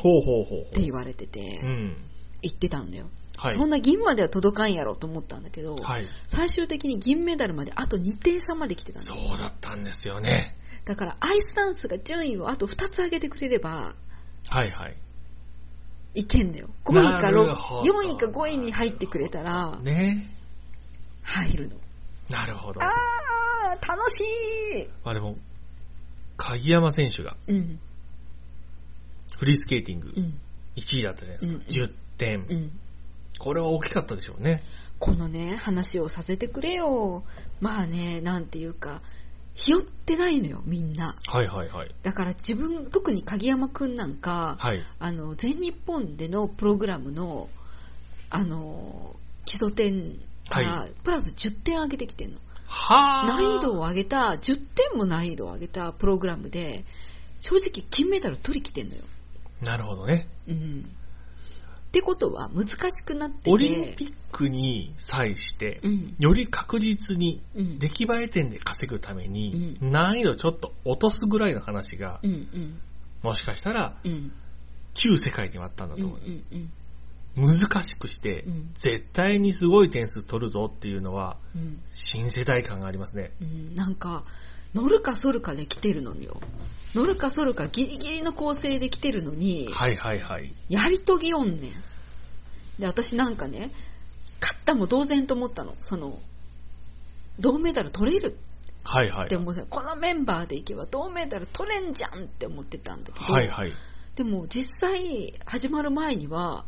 ほうほうほうほ
って言われてて、
う。うん。
言ってたんだよ。
はい。
そんな銀までは届かんやろと思ったんだけど、
はい。
最終的に銀メダルまであと2点差まで来てたんだよ
そうだったんですよね。
だからアイスダンスが順位をあと2つ上げてくれれば
はいはい。
いけんだよ5位か
なるほど
4位か5位に入ってくれたら
ね
入るの
なるほど。
あー楽しい
まあでも、鍵山選手が
うん
フリースケーティング
うん
1位だったじゃないですか。
うんうん
10点、
うん
これは大きかったでしょうね。
このね話をさせてくれよまあねなんていうかひよってないのよみんな
はいはいはい。
だから自分特に鍵山くんなんか、
はい。
あの全日本でのプログラムのあの基礎点から、
は
プラス10点上げてきてるの
はあ。
難易度を上げた10点も難易度を上げたプログラムで正直金メダル取りきてんのよ、
なるほどね。
うん、ってことは難しくなってて
オリンピックに際して、
うん
より確実に
うん
出来栄え点で稼ぐために、難易度ちょっと落とすぐらいの話が、
うんうん
もしかしたら
うん
旧世界にはあったんだ
うん
と
う
思う。
んうん
難しくして、
うん
絶対にすごい点数取るぞっていうのは、
うん
新世代感がありますね。
うんなんか乗るか反るかで来てるのによ乗るか反るかギリギリの構成で来てるのに、
はいはいはい。
やり遂げよんねん。で、私なんかね、勝ったも同然と思ったの。その、銅メダル取れる
はいはい。
って思って、このメンバーでいけば銅メダル取れんじゃんって思ってたんだけど、
はいはい。
でも実際始まる前には、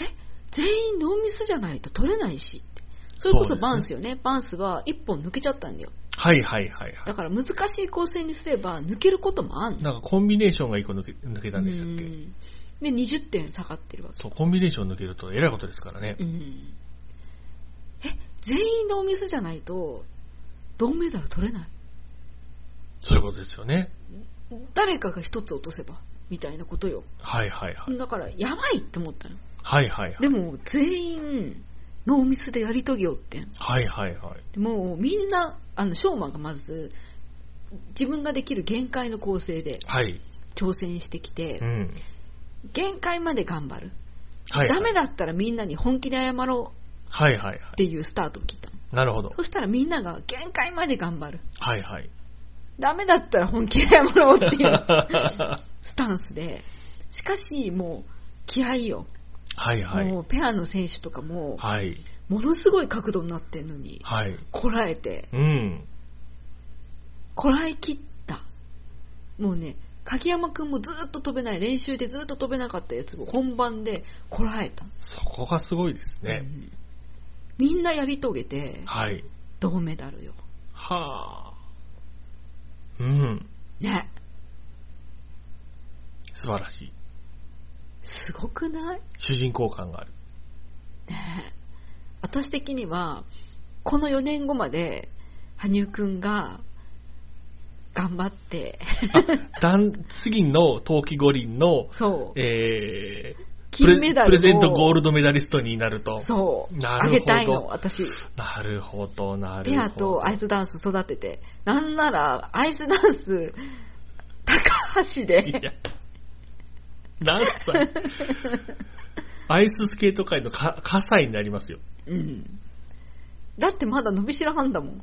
え、全員ノーミスじゃないと取れないしって。それこ
そうですね
そバンスよね。バンスは1本抜けちゃったんだよ。
はいはいはいは
だから難しい構成にすれば抜けることもあん
い。
の。
なんかコンビネーションが一個抜け抜けたんでしたっ
う
け
んで、20点下がってるわけ。
そう、コンビネーション抜けるとえらいことですからね
う。んえ全員のお店じゃないと銅メダル取れない
そういうことですよね。
誰かが一つ落とせばみたいなことよ
はいはいはい。
だからやばいって思ったの
はいはいはい。
でも全員ノーミスでやり遂げようってん
はいはいはい。
もうみんなあのショーマンがまず自分ができる限界の構成で
はい。
挑戦してきて
うん。
限界まで頑張る、
はい、はい。
ダメだったらみんなに本気で謝ろう
はいはいはい。
っていうスタートを切ったの
なるほど。
そしたらみんなが限界まで頑張る
はい
*laughs*
はい。
ダメだったら本気で謝ろうっていう
*laughs*
スタンスで、しかしもう気合いよ、
はいはい
も。うペアの選手とかも、
はい。
ものすごい角度になってるのに、
はい。
こらえて、
うん。
こらえきった、もうね、鍵山くんもずっと飛べない、練習でずっと飛べなかったやつを本番でこらえた、
そこがすごいです
う
ね。
んみんなやり遂げて、
はい。
銅メダルよ、
はあ。うん。
ね、
素晴らしい。
すごくない
主人公感がある。
ね私的には、この4年後まで、羽生くんが、頑張って、 *laughs*
だん次の冬季五輪の、
そう、
えー、
金メダルを
プレプレゼントゴールドメダリストになると。
そう、
なるほ
あ
ど
げたいの、私。
なるほど、なるほど。
ペアとアイスダンス育てて。なんなら、アイスダンス、高橋
い
で、
や、何
*laughs*
歳アイススケート界のか火災になりますよ。 *laughs*
うん。だってまだ伸びしろはんだもん。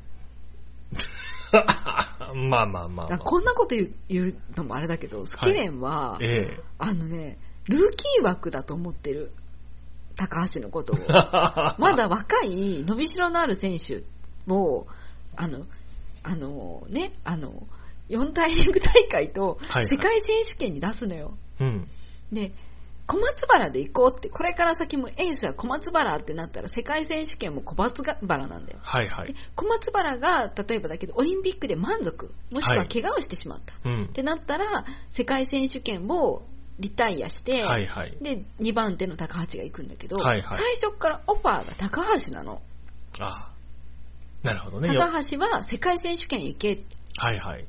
まあまあまあ、ま
だから
あ。
こんなこと言う言うのもあれだけど、スケレンは、
え
*laughs*
え。
あのね、ルーキー枠だと思ってる。高橋の
*laughs*
ことを。まだ若い、伸びしろのある選手を、あの、あのね、あの、四大陸大会と
はいはい
世界選手権に出すのよ。
うん。
で、小松原で行こうって、これから先もエースは小松原ってなったら世界選手権も小松原なんだよ。
はいはい
で。小松原が、例えばだけど、オリンピックで満足、もしくは怪我をしてしまった。
うん
っ。てなったら、世界選手権をリタイアして、
はいはい。
で、2番手の高橋が行くんだけど、
はいはい
最初からオファーが高橋なの。
ああなるほどね。よ
高橋は世界選手権行けって
はいはい。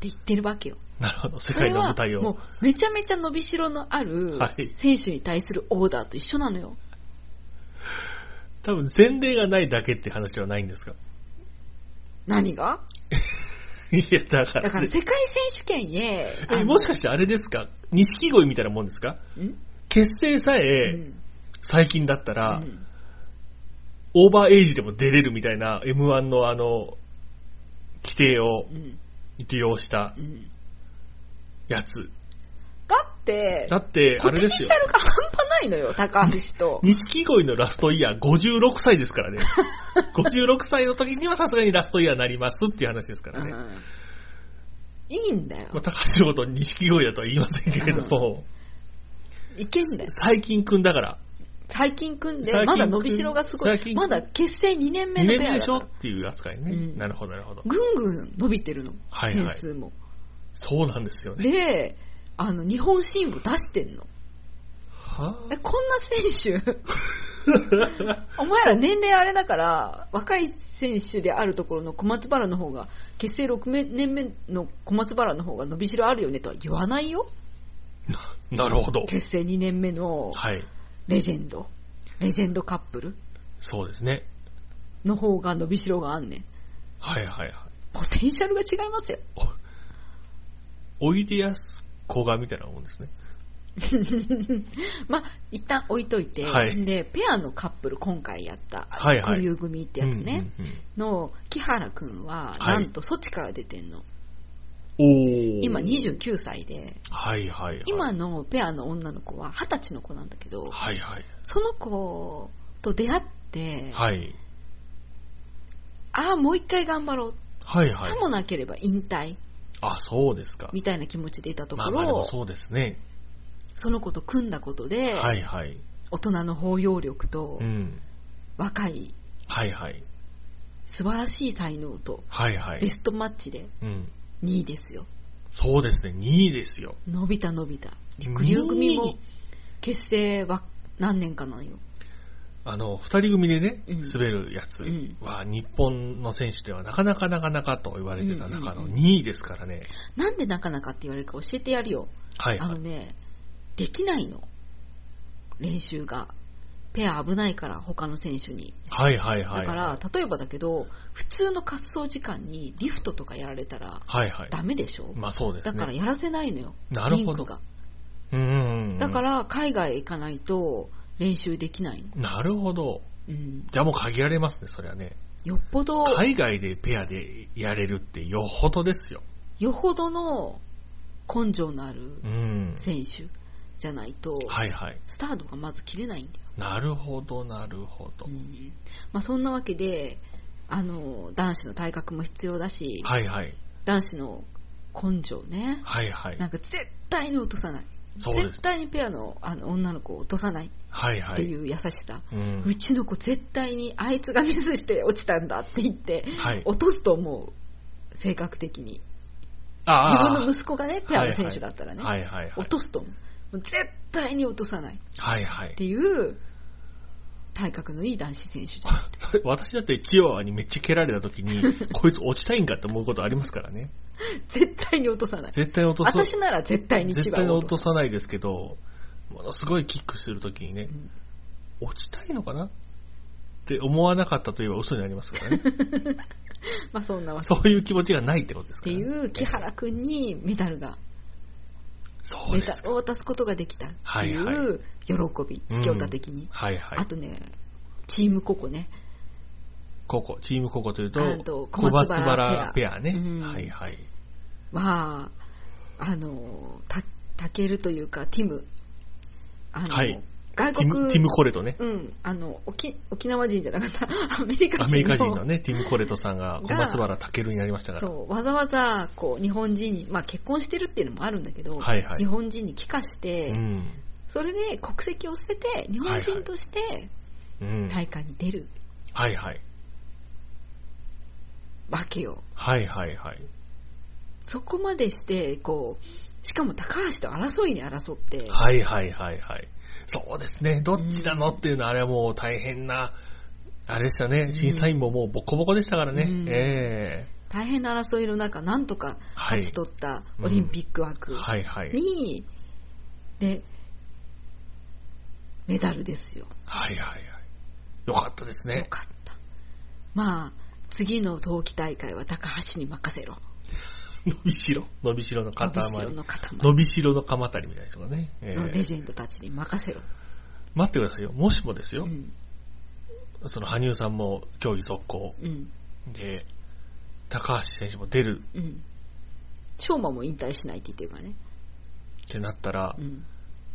言ってるわけよ。
なるほど。世
そ
界
れ
の舞
は
台、
も
を。
うめちゃめちゃ伸びしろのある
はい
選手に対するオーダーと一緒なのよ。
多分前例がないだけって話はないんですか
何が
*laughs* いや、だから。
だから世界選手権へ、あ
え
の
もしかしてあれですか錦鯉みたいなもんですか
ん
結成さ
う
え
ん
最近だったら、
うん
オーバーエイジでも出れるみたいな M1 のあの、規定を
うん
利用した
うん
やつ。
だって
だ、って、あ
ポ
れ
テン
です
シ
よ
ャ。ルが半端ないのよ、高橋
*laughs*
と。
錦鯉のラストイヤー56歳です
*laughs*
からね。56歳の時にはさすがにラストイヤーになりますっていう話ですか
う
らね。ま
んいいんだよ
あ、。高橋のこと錦鯉だとは言いませんけれども、
いけんだよ。
最近くんだから、
最近組ん
最
で、
近組
ま
ん
だ伸びしろがすご
最
い。
近
まだ結成2年目
2
の
年
ペ
目で
アだ
し
か
ょ
ら。
っていう扱いね。
うん
なるほど、なるほど。
ぐんぐん伸びてるの。
はいはい
点数も。
そうなんですよね。
で、あの、日本新聞出してんの。
は
え、こんな選手お前ら年齢あれだから、若い選手であるところの小松原の方が、結成6年目の小松原の方が伸びしろあるよねとは言わないよ。
あ、 *laughs* なるほど。
結成2年目の
はい。
レジェンド、レジェンドカップル
そうですね。
の方が伸びしろがあんねん。
はいはいはい。
ポテンシャルが違いますよ。 *laughs*
おいでやすこがみたいなもんですね。
まあ、一旦置いといて、
はい
で、ペアのカップル今回やった、
はいはい
竜組ってやつね、
うんうん
の木原くんは、
はい
なんとそっちから出てんの。
うんおー
今29歳で、
はいはいはい。
今のペアの女の子は20歳の子なんだけど、
はいはい。
その子と出会って、
はい。
ああ、もう一回頑張ろう、
はいはい
さ。もなければ引退
あ、そうですか。
みたいな気持ちでいたと
ま
こ
あ
ろ、
まあでもそうですね。
その子と組んだことで、
はいはい。
大人の包容力と
うん。
若い
はいはい。
素晴らしい才能と
はいは
ベ
い。
ストマッチで
うん。
2位ですよ。
そうですね。2位ですよ。
伸びた伸びた。
陸
国組も結成は何年かなんよ。
あの、二人組でね
うん、
滑るやつ
うん
は、日本の選手ではなかなかなかなかと言われてた中
うん
の
うんうん
2位ですからね。
なんでなかなかって言われるか教えてやるよ。
はい
あ
は
の
い。
ね、できないの。練習が。ペア危ないから、他の選手に。
はいはいはい。
だから、、例えばだけど、普通の滑走時間にリフトとかやられたら、
はいはい。
ダメでしょ、
まあそうです
だ
ね。
からやらせないのよ。
なるほど
リンクが。
うんうんうん。
だから、海外行かないと練習できないの。
なるほど。
うん。
じゃあもう限られますね、それはね。
よっぽど、
海外でペアでやれるってよほどですよ。
よほどの根性のある
うん。
選手じゃないと、
はいはい。
スタートがまず切れないんだよ。
なるほど、なるほど。
うんまあ、そんなわけで、あの、男子の体格も必要だし、
はいはい。
男子の根性ね。
はいはい
な。んか絶対に落とさない。
そうです
絶。対にペアのあの女の子を落とさない
はいは
って
い。
いう優しさ。
うん
うちの子絶対にあいつがミスして落ちたんだって言って、
はい。
落とすと思う。性格的に。自
あ
分
あ
の息子がね、ペアの選手だったらね、
はいはいはい。
落とすと思う。もう絶対に落とさない。
はいはい
っ。ていう体格のいい男子選手じゃ
*laughs*
ん。
私だってチワワにめっちゃ蹴られた時
*laughs*
に、こいつ落ちたいんかって思うことありますからね。
絶対に落とさない。
絶対に落とそう。
私なら絶対に
絶
千
対
葉
に
を
落とさないですけど、ものすごいキックするときにね、
うん
落ちたいのかなって思わなかったといえば嘘になりますから
*laughs*
ね。
まあそんなわけ。っ
そういう気持ちがないってことですか
て
ら、ね。
いう木原くんにメダルが、
そう
メ
で
ダ
すか。
ルを渡すことができたってい
はいは
う喜び、
うん
突き落た的に。
はいはい
あ。とね、チームココね。
ここ、チームここというと
あ、と
小
小
松
松
原
原
ペ
ペ
アね。
うん
はいはい。
は、あの、た、たけるというか、ティム。あの、
はい
外
ティム
国
ティムコレトね。
うん、あの沖沖縄人じゃなかった、 *laughs* アメリカ人の
アメリカ人のね、ティム・コレトさんが小松原健になりましたから。
そうわざわざこう日本人に、まあ、結婚してるっていうのもあるんだけど、
はいはい
日本人に帰化して、
うん。
それで国籍を捨てて、日本人として
うん。
大会に出る
はいはい。
わけよ、
はいはいはい。
そこまでしてこう、しかも高橋と争いに争って、
はいはいはいはい。そうですね。どっちなのっていうのは、あれはもう大変な、あれでしたね。審査員ももうボコボコでしたからね。
うん
え
大変な争いの中、なんとか
えはい
勝ち。取ったオリンピック枠に、
はいはい。
でメダルですよ。
はいはいはい。よかったです
よ
ね。
かった。まあ、次の冬季大会は高橋に任せろ。
伸びしろ。伸びしろの塊。
伸びしろの塊
伸びしろの鎌足りみたいな人がね。ええ
のレジェンドたちに任せろ。
待ってくださいよ。もしもですよ。
うん。
その羽生さんも競技続行。
うん。
で、高橋選手も出る
うん。昌磨も引退しないって言ってるからね。
ってなったら、
うん。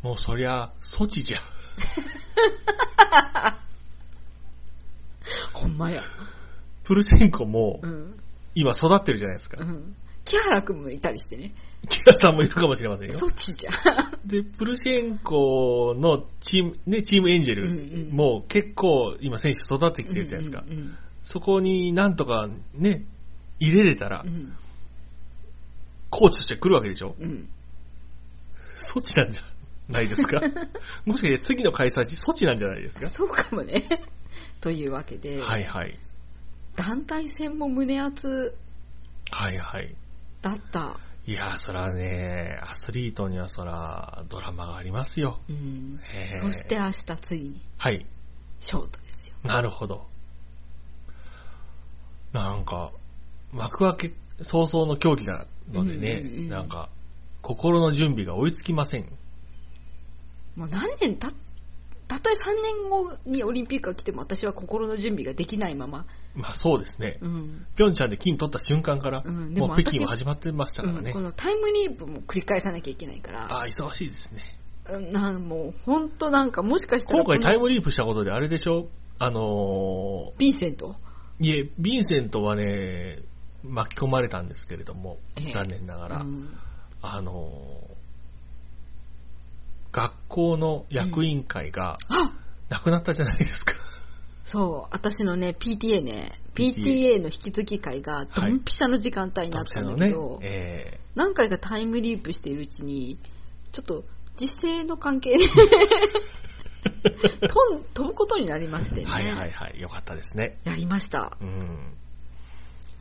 もうそりゃ、措置じゃん。
ほんまや。
プルシェンコも
うん。
今育ってるじゃないですか *laughs*
う。ん。木原くんもいたりしてね。
木原さんもいるかもしれませんよ。
そっちじゃん。
で、プルシェンコのチーム、ね、チームエンジェ
うん
ル
うん
も結構今選手育ってきてるじゃないですか。
うんうん
そこになんとかね、入れれたら
う、ん。
コーチとして来るわけでしょ
うん。うん
措置なんじゃないです
*laughs*
かもしかして次の開催地措置なんじゃないですか
そうかもね。 *laughs* というわけで、
はいはい。
団体戦も胸熱
はいはい。
だった。
いやー、そらね、アスリートにはそら、ドラマがありますよ。
うん。
へー
そして明日ついに、
はい。
ショートですよ。
なるほど。なんか、幕開け早々の競技なのでね、
うんうんうん
なんか、心の準備が追いつきません。
もう何年たたとえ3年後にオリンピックが来ても私は心の準備ができないまま、
まあそうですね。
うん
ピョンチャンで金取った瞬間から、
うんで
も
も
う北京
私
は始まってましたから
うん
ね。
このタイムリープも繰り返さなきゃいけないから、
ああ、忙しいですね。
うんなんもう本当なんかもしかしたら
今回
この
タイムリープしたことであれでしょあの
ヴィンセント
ー、いえ、ヴィンセントはね、巻き込まれたんですけれども
ええ、
残念ながら。
うん
あのー学校の役員会が
あ
なくなったじゃないですか。
そう、私のね、PTA ね、
PTA
PTA の引き継ぎ会がドンピシャの時間帯になったんだけ
ね
ど、、
え
何回かタイムリープしているうちに、ちょっと時勢の関係で
*laughs*
飛ん飛ぶことになりまして
ー
ね、
はいはいはい、よかったですね。
やりました。
うん。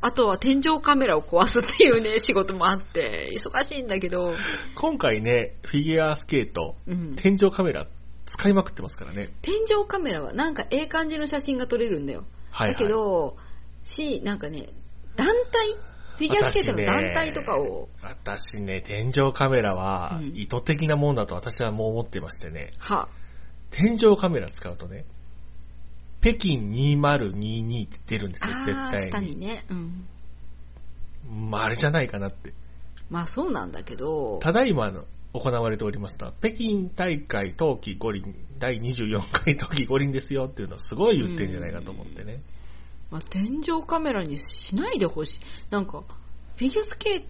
あとは天井カメラを壊すっていう
*laughs*
ね、仕事もあって、忙しいんだけど、
今回ね、フィギュアスケート、
うん、天
天井カメラ使いまくってますからね。
井カメラはなんかええ感じの写真が撮れるんだよ。
はい、はい。
だけど、し、なんかね、団体、フィギュアスケートの団体とかを、
私ね、私ね天井カメラは
うん
意図的なもんだと私はもう思ってましてね、
は、
天井カメラ使うとね、北京2022って出るんですよ、絶
あー、下
対
にね、うん。
まあ、あれじゃないかなって。
まあそうなんだけど、
ただいまの行われておりました、北京大会冬季五輪、第24回冬季五輪ですよっていうのをすごい言ってんじゃないかと思ってね。
まあ、天井カメラにしないでほしい。なんか、フィギュアスケー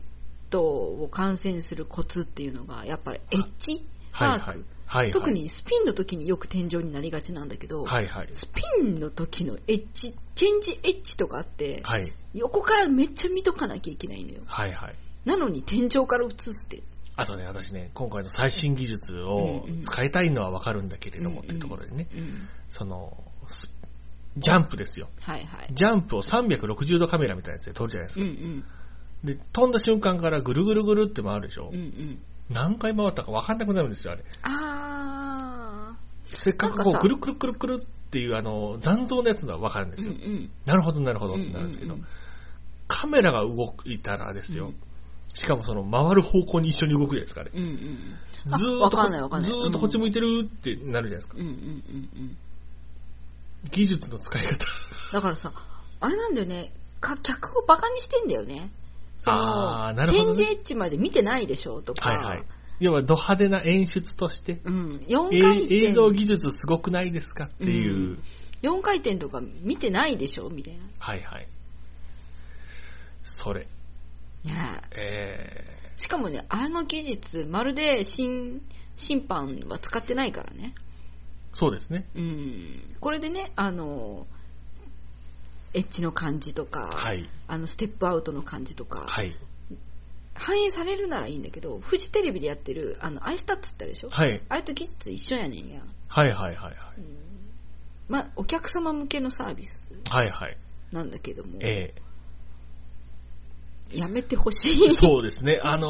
トを観戦するコツっていうのが、やっぱりエッジ
はいは
マ
い
ーク。。
はいはい、
特。にスピンの時によく天井になりがちなんだけど、
はいはい。
スピンの時のエッジ、チェンジエッジとかあって、
はい
横からめっちゃ見とかなきゃいけないのよ。
はいはい。
なのに天井から映すって。
あとね、私ね、今回の最新技術を
うんうん
使いたいのはわかるんだけれども、
うんうん
っていうところでね、
うん
その、すジャンプですよ。
はいはい。
ジャンプを360度カメラみたいなやつで撮るじゃないです
うん
か。
うん。
で、飛んだ瞬間からぐるぐるぐるって回るでしょ。
うんうん。
何回回ったか分かんなくなるんですよ、あれ。
あ
せっかく
なんか
こ
さ
う、くるくるくるくるっていう、あの、残像のやつのは分かるんで
ー。うん
す
う
よ。
ん。
なるほど、なるほど
う
っ
ん
てなるんですけ
う
ど
んうん、
カメラが動いたらです
う
よ
ん。
しかもその、回る方向に一緒に動くじゃないですか、あれ。
うんうん。
ず
あ
ー
わ
っと
かんないわ
こ、
かんな
ず
い
ーっとこっち向いてるってなるじゃないですか
う。んうんうんうん。
技術の使い方。
だからさ、あれなんだよね。か客をバカにしてんだよね。そ
あー
の
なる
チ
ほ
ェ
ど
ン
ね
ジエッジまで見てないでしょとか。
はいはい。要は、ド派手な演出として、
うん。4回
え
転。
映像技術すごくないですかっていう
う。ん4回転とか見てないでしょみたいな。
はいはい。それ。
ね
え
えしかもね、あの技術、まるで審審判は使ってないからね。
ー、そうですね。
うん。これでね、あの、エッジの感じとか、
はい。
あのステップアウトの感じとか、
はい。
反映されるならいいんだけど、フジテレビでやってる、あの、アイスタッツってあるでしょ
はい。
ああいう時って一緒やねんや。
はいはいはいはい。
うんまあ、お客様向けのサービス
はいはい。
なんだけども、
え
やめてほし
え
*laughs* い。
そうですね。あの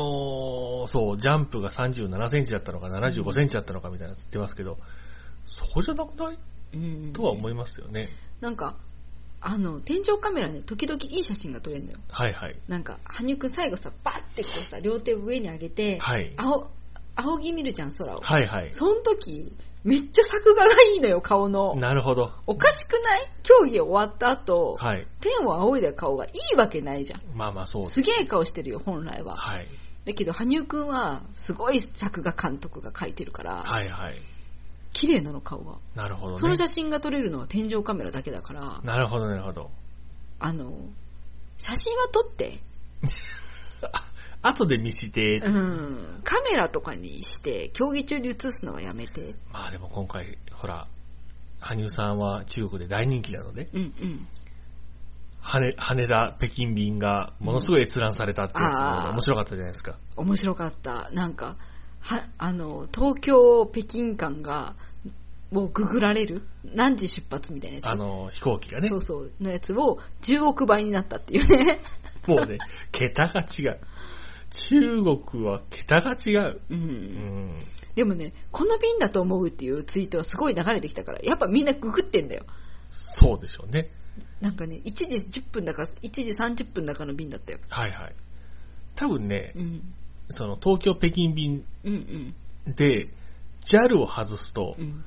ーそう、ジャンプが37センチだったのか75センチだったのかみたいなの言ってますけど、そうじゃなくない
うん
とは思いますよね。
なんか、あの、天井カメラで時々いい写真が撮れるのよ。
はいはい。
なんか、羽生くん最後さ、バッてこうさ、両手を上に上げて、
はい。
青、仰ぎ見るじゃん、空を。
はいはい。
その時、めっちゃ作画がいいのよ、顔の。
なるほど。
おかしくない競技終わった後、
はい。
天を仰いだ顔がいいわけないじゃん。
まあまあそうです。
すげえ顔してるよ、本来は。
はい。
だけど、羽生くんは、すごい作画監督が描いてるから、
はいはい。
綺麗なの、顔が。
なるほ
そ
ど
の
ね。
写真が撮れるのは天井カメラだけだから、
なるほどなるほど。
あの、写真は撮って、
後で見して、
うん、カメラとかにして、競技中に写すのはやめて。
まあでも今回、ほら、羽生さんは中国で大人気なので、
うんうん。
羽羽田、北京便がものすごい閲覧されたってやつの方
あ
が
ー
面白かったじゃないですか。
面白かった。なんか、は、あの、東京、北京間が、もうググられる何時出発みたいなやつ。
あの、飛行機がね
そ。うそう、のやつを10億倍になったっていうね。
もう
*laughs*
ね、桁が違う。中国は桁が違う。
う。
うんん。
でもね、この便だと思うっていうツイートはすごい流れてきたから、やっぱみんなググってんだよ。
そうでしょうね。
なんかね、1時10分だか、1時30分だかの便だったよ。
はいはい。多分ね
う、ん。
その東京、北京便
うんうん。
で、JAL を外すと
う、ん。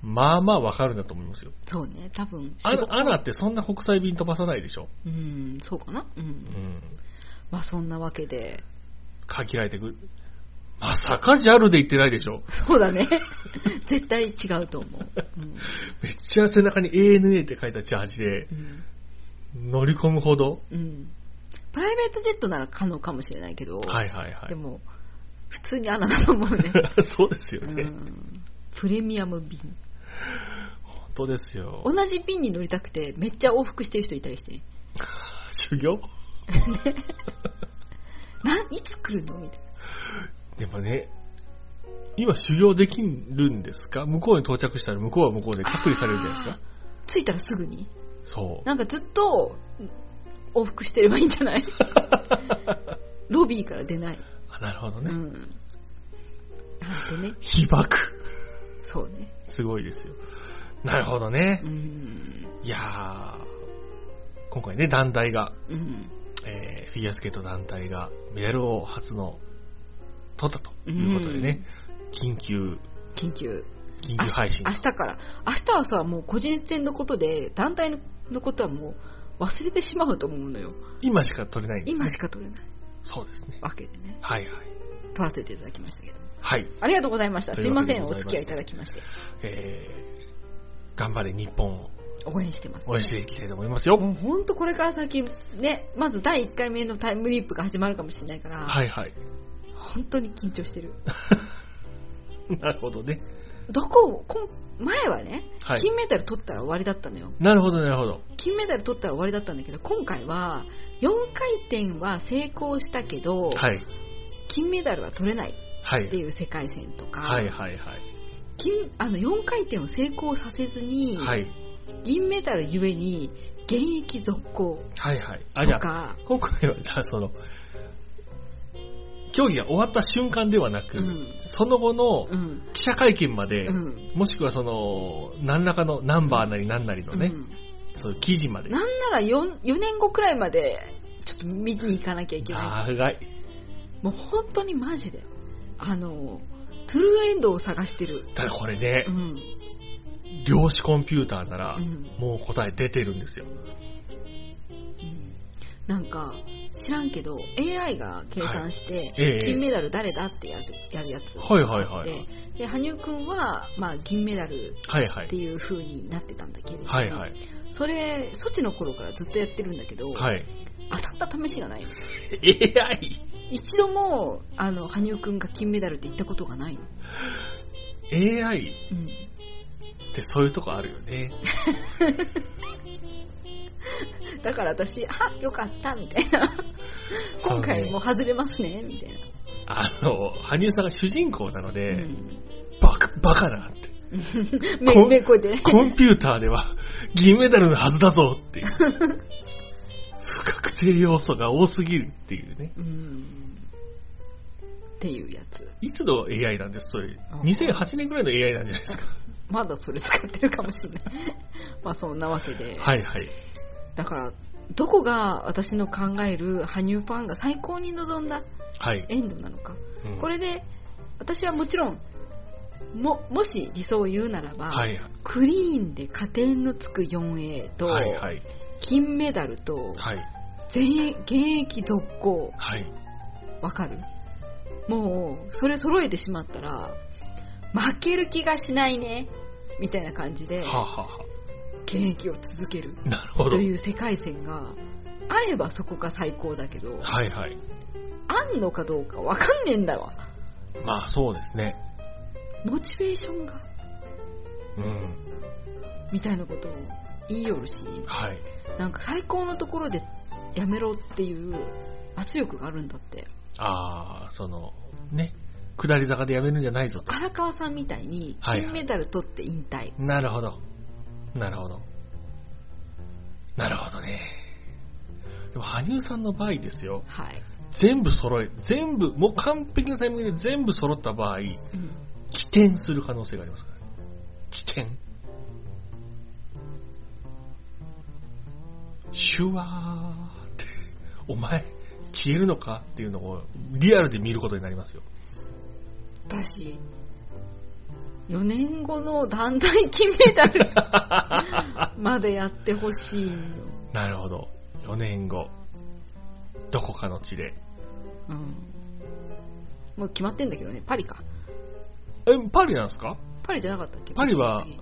まあまあわかるんだと思いますよ。
そうね、多分。
ア
仕
ナ
事
アナってそんな国際便飛ばさないでしょ。
うん、そうかな。うん。
うん。
まあそんなわけで。
限られてくる。まさか JAL で行ってないでしょ。
そうだね。絶対違うと思う。うん。
めっちゃ背中に ANA って書いたジャージで
うん。
乗り込むほど。
うん、プライベートジェットなら可能かもしれないけど、
はいはいは
で
い。
も、普通にアナだと思う
*laughs*
ね。
そうですよ
う
ね。
ん。プレミアム便。
本当ですよ
同。じ便に乗りたくて、めっちゃ往復してる人いたりして、
修行
なん、いつ来るのみたいな。
でもね、今修行できるんですか向こうに到着したら向こうは向こうで隔離されるじゃないですか。
着いたらすぐに
そう。
なんかずっと、往復してればいいんじゃ
*laughs*
ないロビーから出ない。
あなるほど
う
ね。
ん。なんとね、
被爆。
そうね。
すごいですよ。なるほどね
う。ん。
いやー、今回ね、団体が、
うん。
えーフィギュアスケート団体がメダルを初の取ったということでね、緊急、
緊急。
緊急配信
明。日から。明日はさ、もう個人戦のことで、団体ののことはもう忘れてしまうと思うのよ。
今しか取れないんです、ね。
今しか取れない
そうですね。
わけでね。
はいはい。
取らせていただきましたけど。
はい。
ありがとうございました。
と
す
い
いう
わ
ま
け
せ
で
ん。
ご
お
ざい
付
ま
き
し
合い
た
いただきまして。
えー、頑張れ日本を
応援してます。
応援していきたいと思いますよ。
もうほんとこれから先、ね、まず第1回目のタイムリープが始まるかもしれないから、
はい
*laughs*
はい。
本当に緊張してる。
なるほどね。
どこを、こん前はね、
はい。
金メダル取ったら終わりだったのよ。
なるほどなるほど。
金メダル取ったら終わりだったんだけど、今回は、4回転は成功したけど、
はい。
金メダルは取れない
はい。
っていう世界戦とか、
はいはいはい。
金あの4回転を成功させずに、
はい。
銀メダルゆえに現役続行
はいはい。あ、じゃ
と
あ、
か、
今回は、じゃあ、その、競技が終わった瞬間ではなく、
うん
その後の
うん、
記者会見まで、
うん、
もしくはその、何らかのナンバーなり何なりのね、
うん
そういう記事まで。
なんなら 4, 4年後くらいまでちょっと見に行かなきゃいけない
長い。
もう本当にマジであのトゥルーエンドを探してる
だからこれね
う、ん
量子コンピューターなら
う、ん
もう答え出てるんですよ。
うんなんか知らんけど AI が計算して
ええ
金メダル誰だってやるやるやつ
はいはいはい
でで羽生くんは、まあ、銀メダルっ
はいはい
て。いう風になってたんだけれども、
はいはい。
それソチの頃からずっとやってるんだけど、
はい。
当たった試しがないの
AI?
一度もあの羽生くんが金メダルって言ったことがないの、
AI っ
うん
てそういうとこあるよね。
だから私、あよかったみたい
*laughs*
な、
そう
今
ね
回も外れますねみたい
あの、羽生さんが主人公なので、
な、
バカ、バカなって。
うん、
こ
目、
ん
目こうやってね、
コンピューターでは銀メダルのはずだぞっていう。不確定要素が多すぎるっていうね。
*laughs* うん、っていうやつ、
いつの AI なんですそれ
あ。
2008年ぐらいの AI なんじゃないですか。
まだそれ使ってるかもしれない、 *laughs* まあそんなわけで、
はいはい。
だから、どこが私の考える羽生ファンが最高に望んだ
はい。
エンドなのか、
うん
これで私はもちろん、ももし理想を言うならば、
はい
クリーンで加点のつく 4A と、
はいはい。
金メダルと、
はい。
全現役続行
はい。
わかるもうそれ揃えてしまったら負ける気がしないねみたいな感じで
はあ、はあは
現役を続ける
あ、なるほ
と
ど。
いう世界線があればそこが最高だけど
はいはい。
あんのかどうかわかんねえんだわ
まあそうですね。
モチベーションが
うん。
みたいなことを言いよるし
はい。
なんか最高のところでやめろっていう圧力があるんだって
ああ、その、ね。下り坂でやめるんじゃないぞと。
荒川さんみたいに
はいはい
金メダル取って引退、
なるほど。なるほど。なるほどね。でも、羽生さんの場合ですよ。
はい、
全部揃え、全部、もう完璧なタイミングで全部揃った場合、起
うん
点する可能性がありますからね。起点。シュワーって、お前、消えるのかっていうのをリアルで見ることになりますよ。
私4年後の団体金メダル
*laughs*
までやってほしいの、
なるほど。4年後、どこかの地で。
うん、もう決まってんだけどねパリか
え、パリなんですか
パリじゃなかったっけ
パリは
次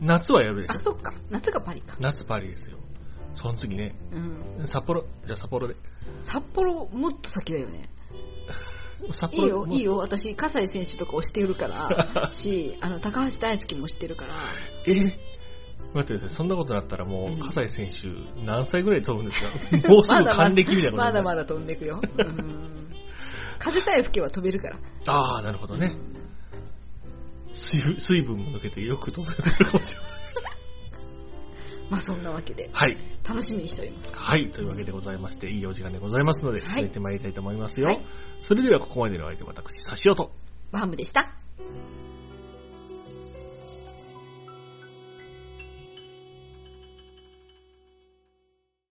夏はやるでしょ
あそっか夏がパリか、
夏パリですよその次ね
うん、
札幌じゃあ札幌で
札幌もっと先だよね
札
いいよ
幌
いいよ私葛西選手とか推してるから
*laughs*
しあの高橋大輔も知ってるから
え待ってくださいそんなことになったらも
うん
う葛西選手何歳ぐらい飛ぶんです
*laughs*
かもうすぐ還暦みたいなことにな
ま
る
だまだ飛んで
*laughs*
くよ、うん、風さえ吹けば飛べるから
ああなるほどね水分水分も抜けてよく飛ぶようになるかもしれません
まあそんなわけで
はい
楽しみにしております
はいというわけでございましていいお時間でございますので
はい
進めてまいりたいと思いますよ、
はい
それではここまでのお相手私差しと
バームでした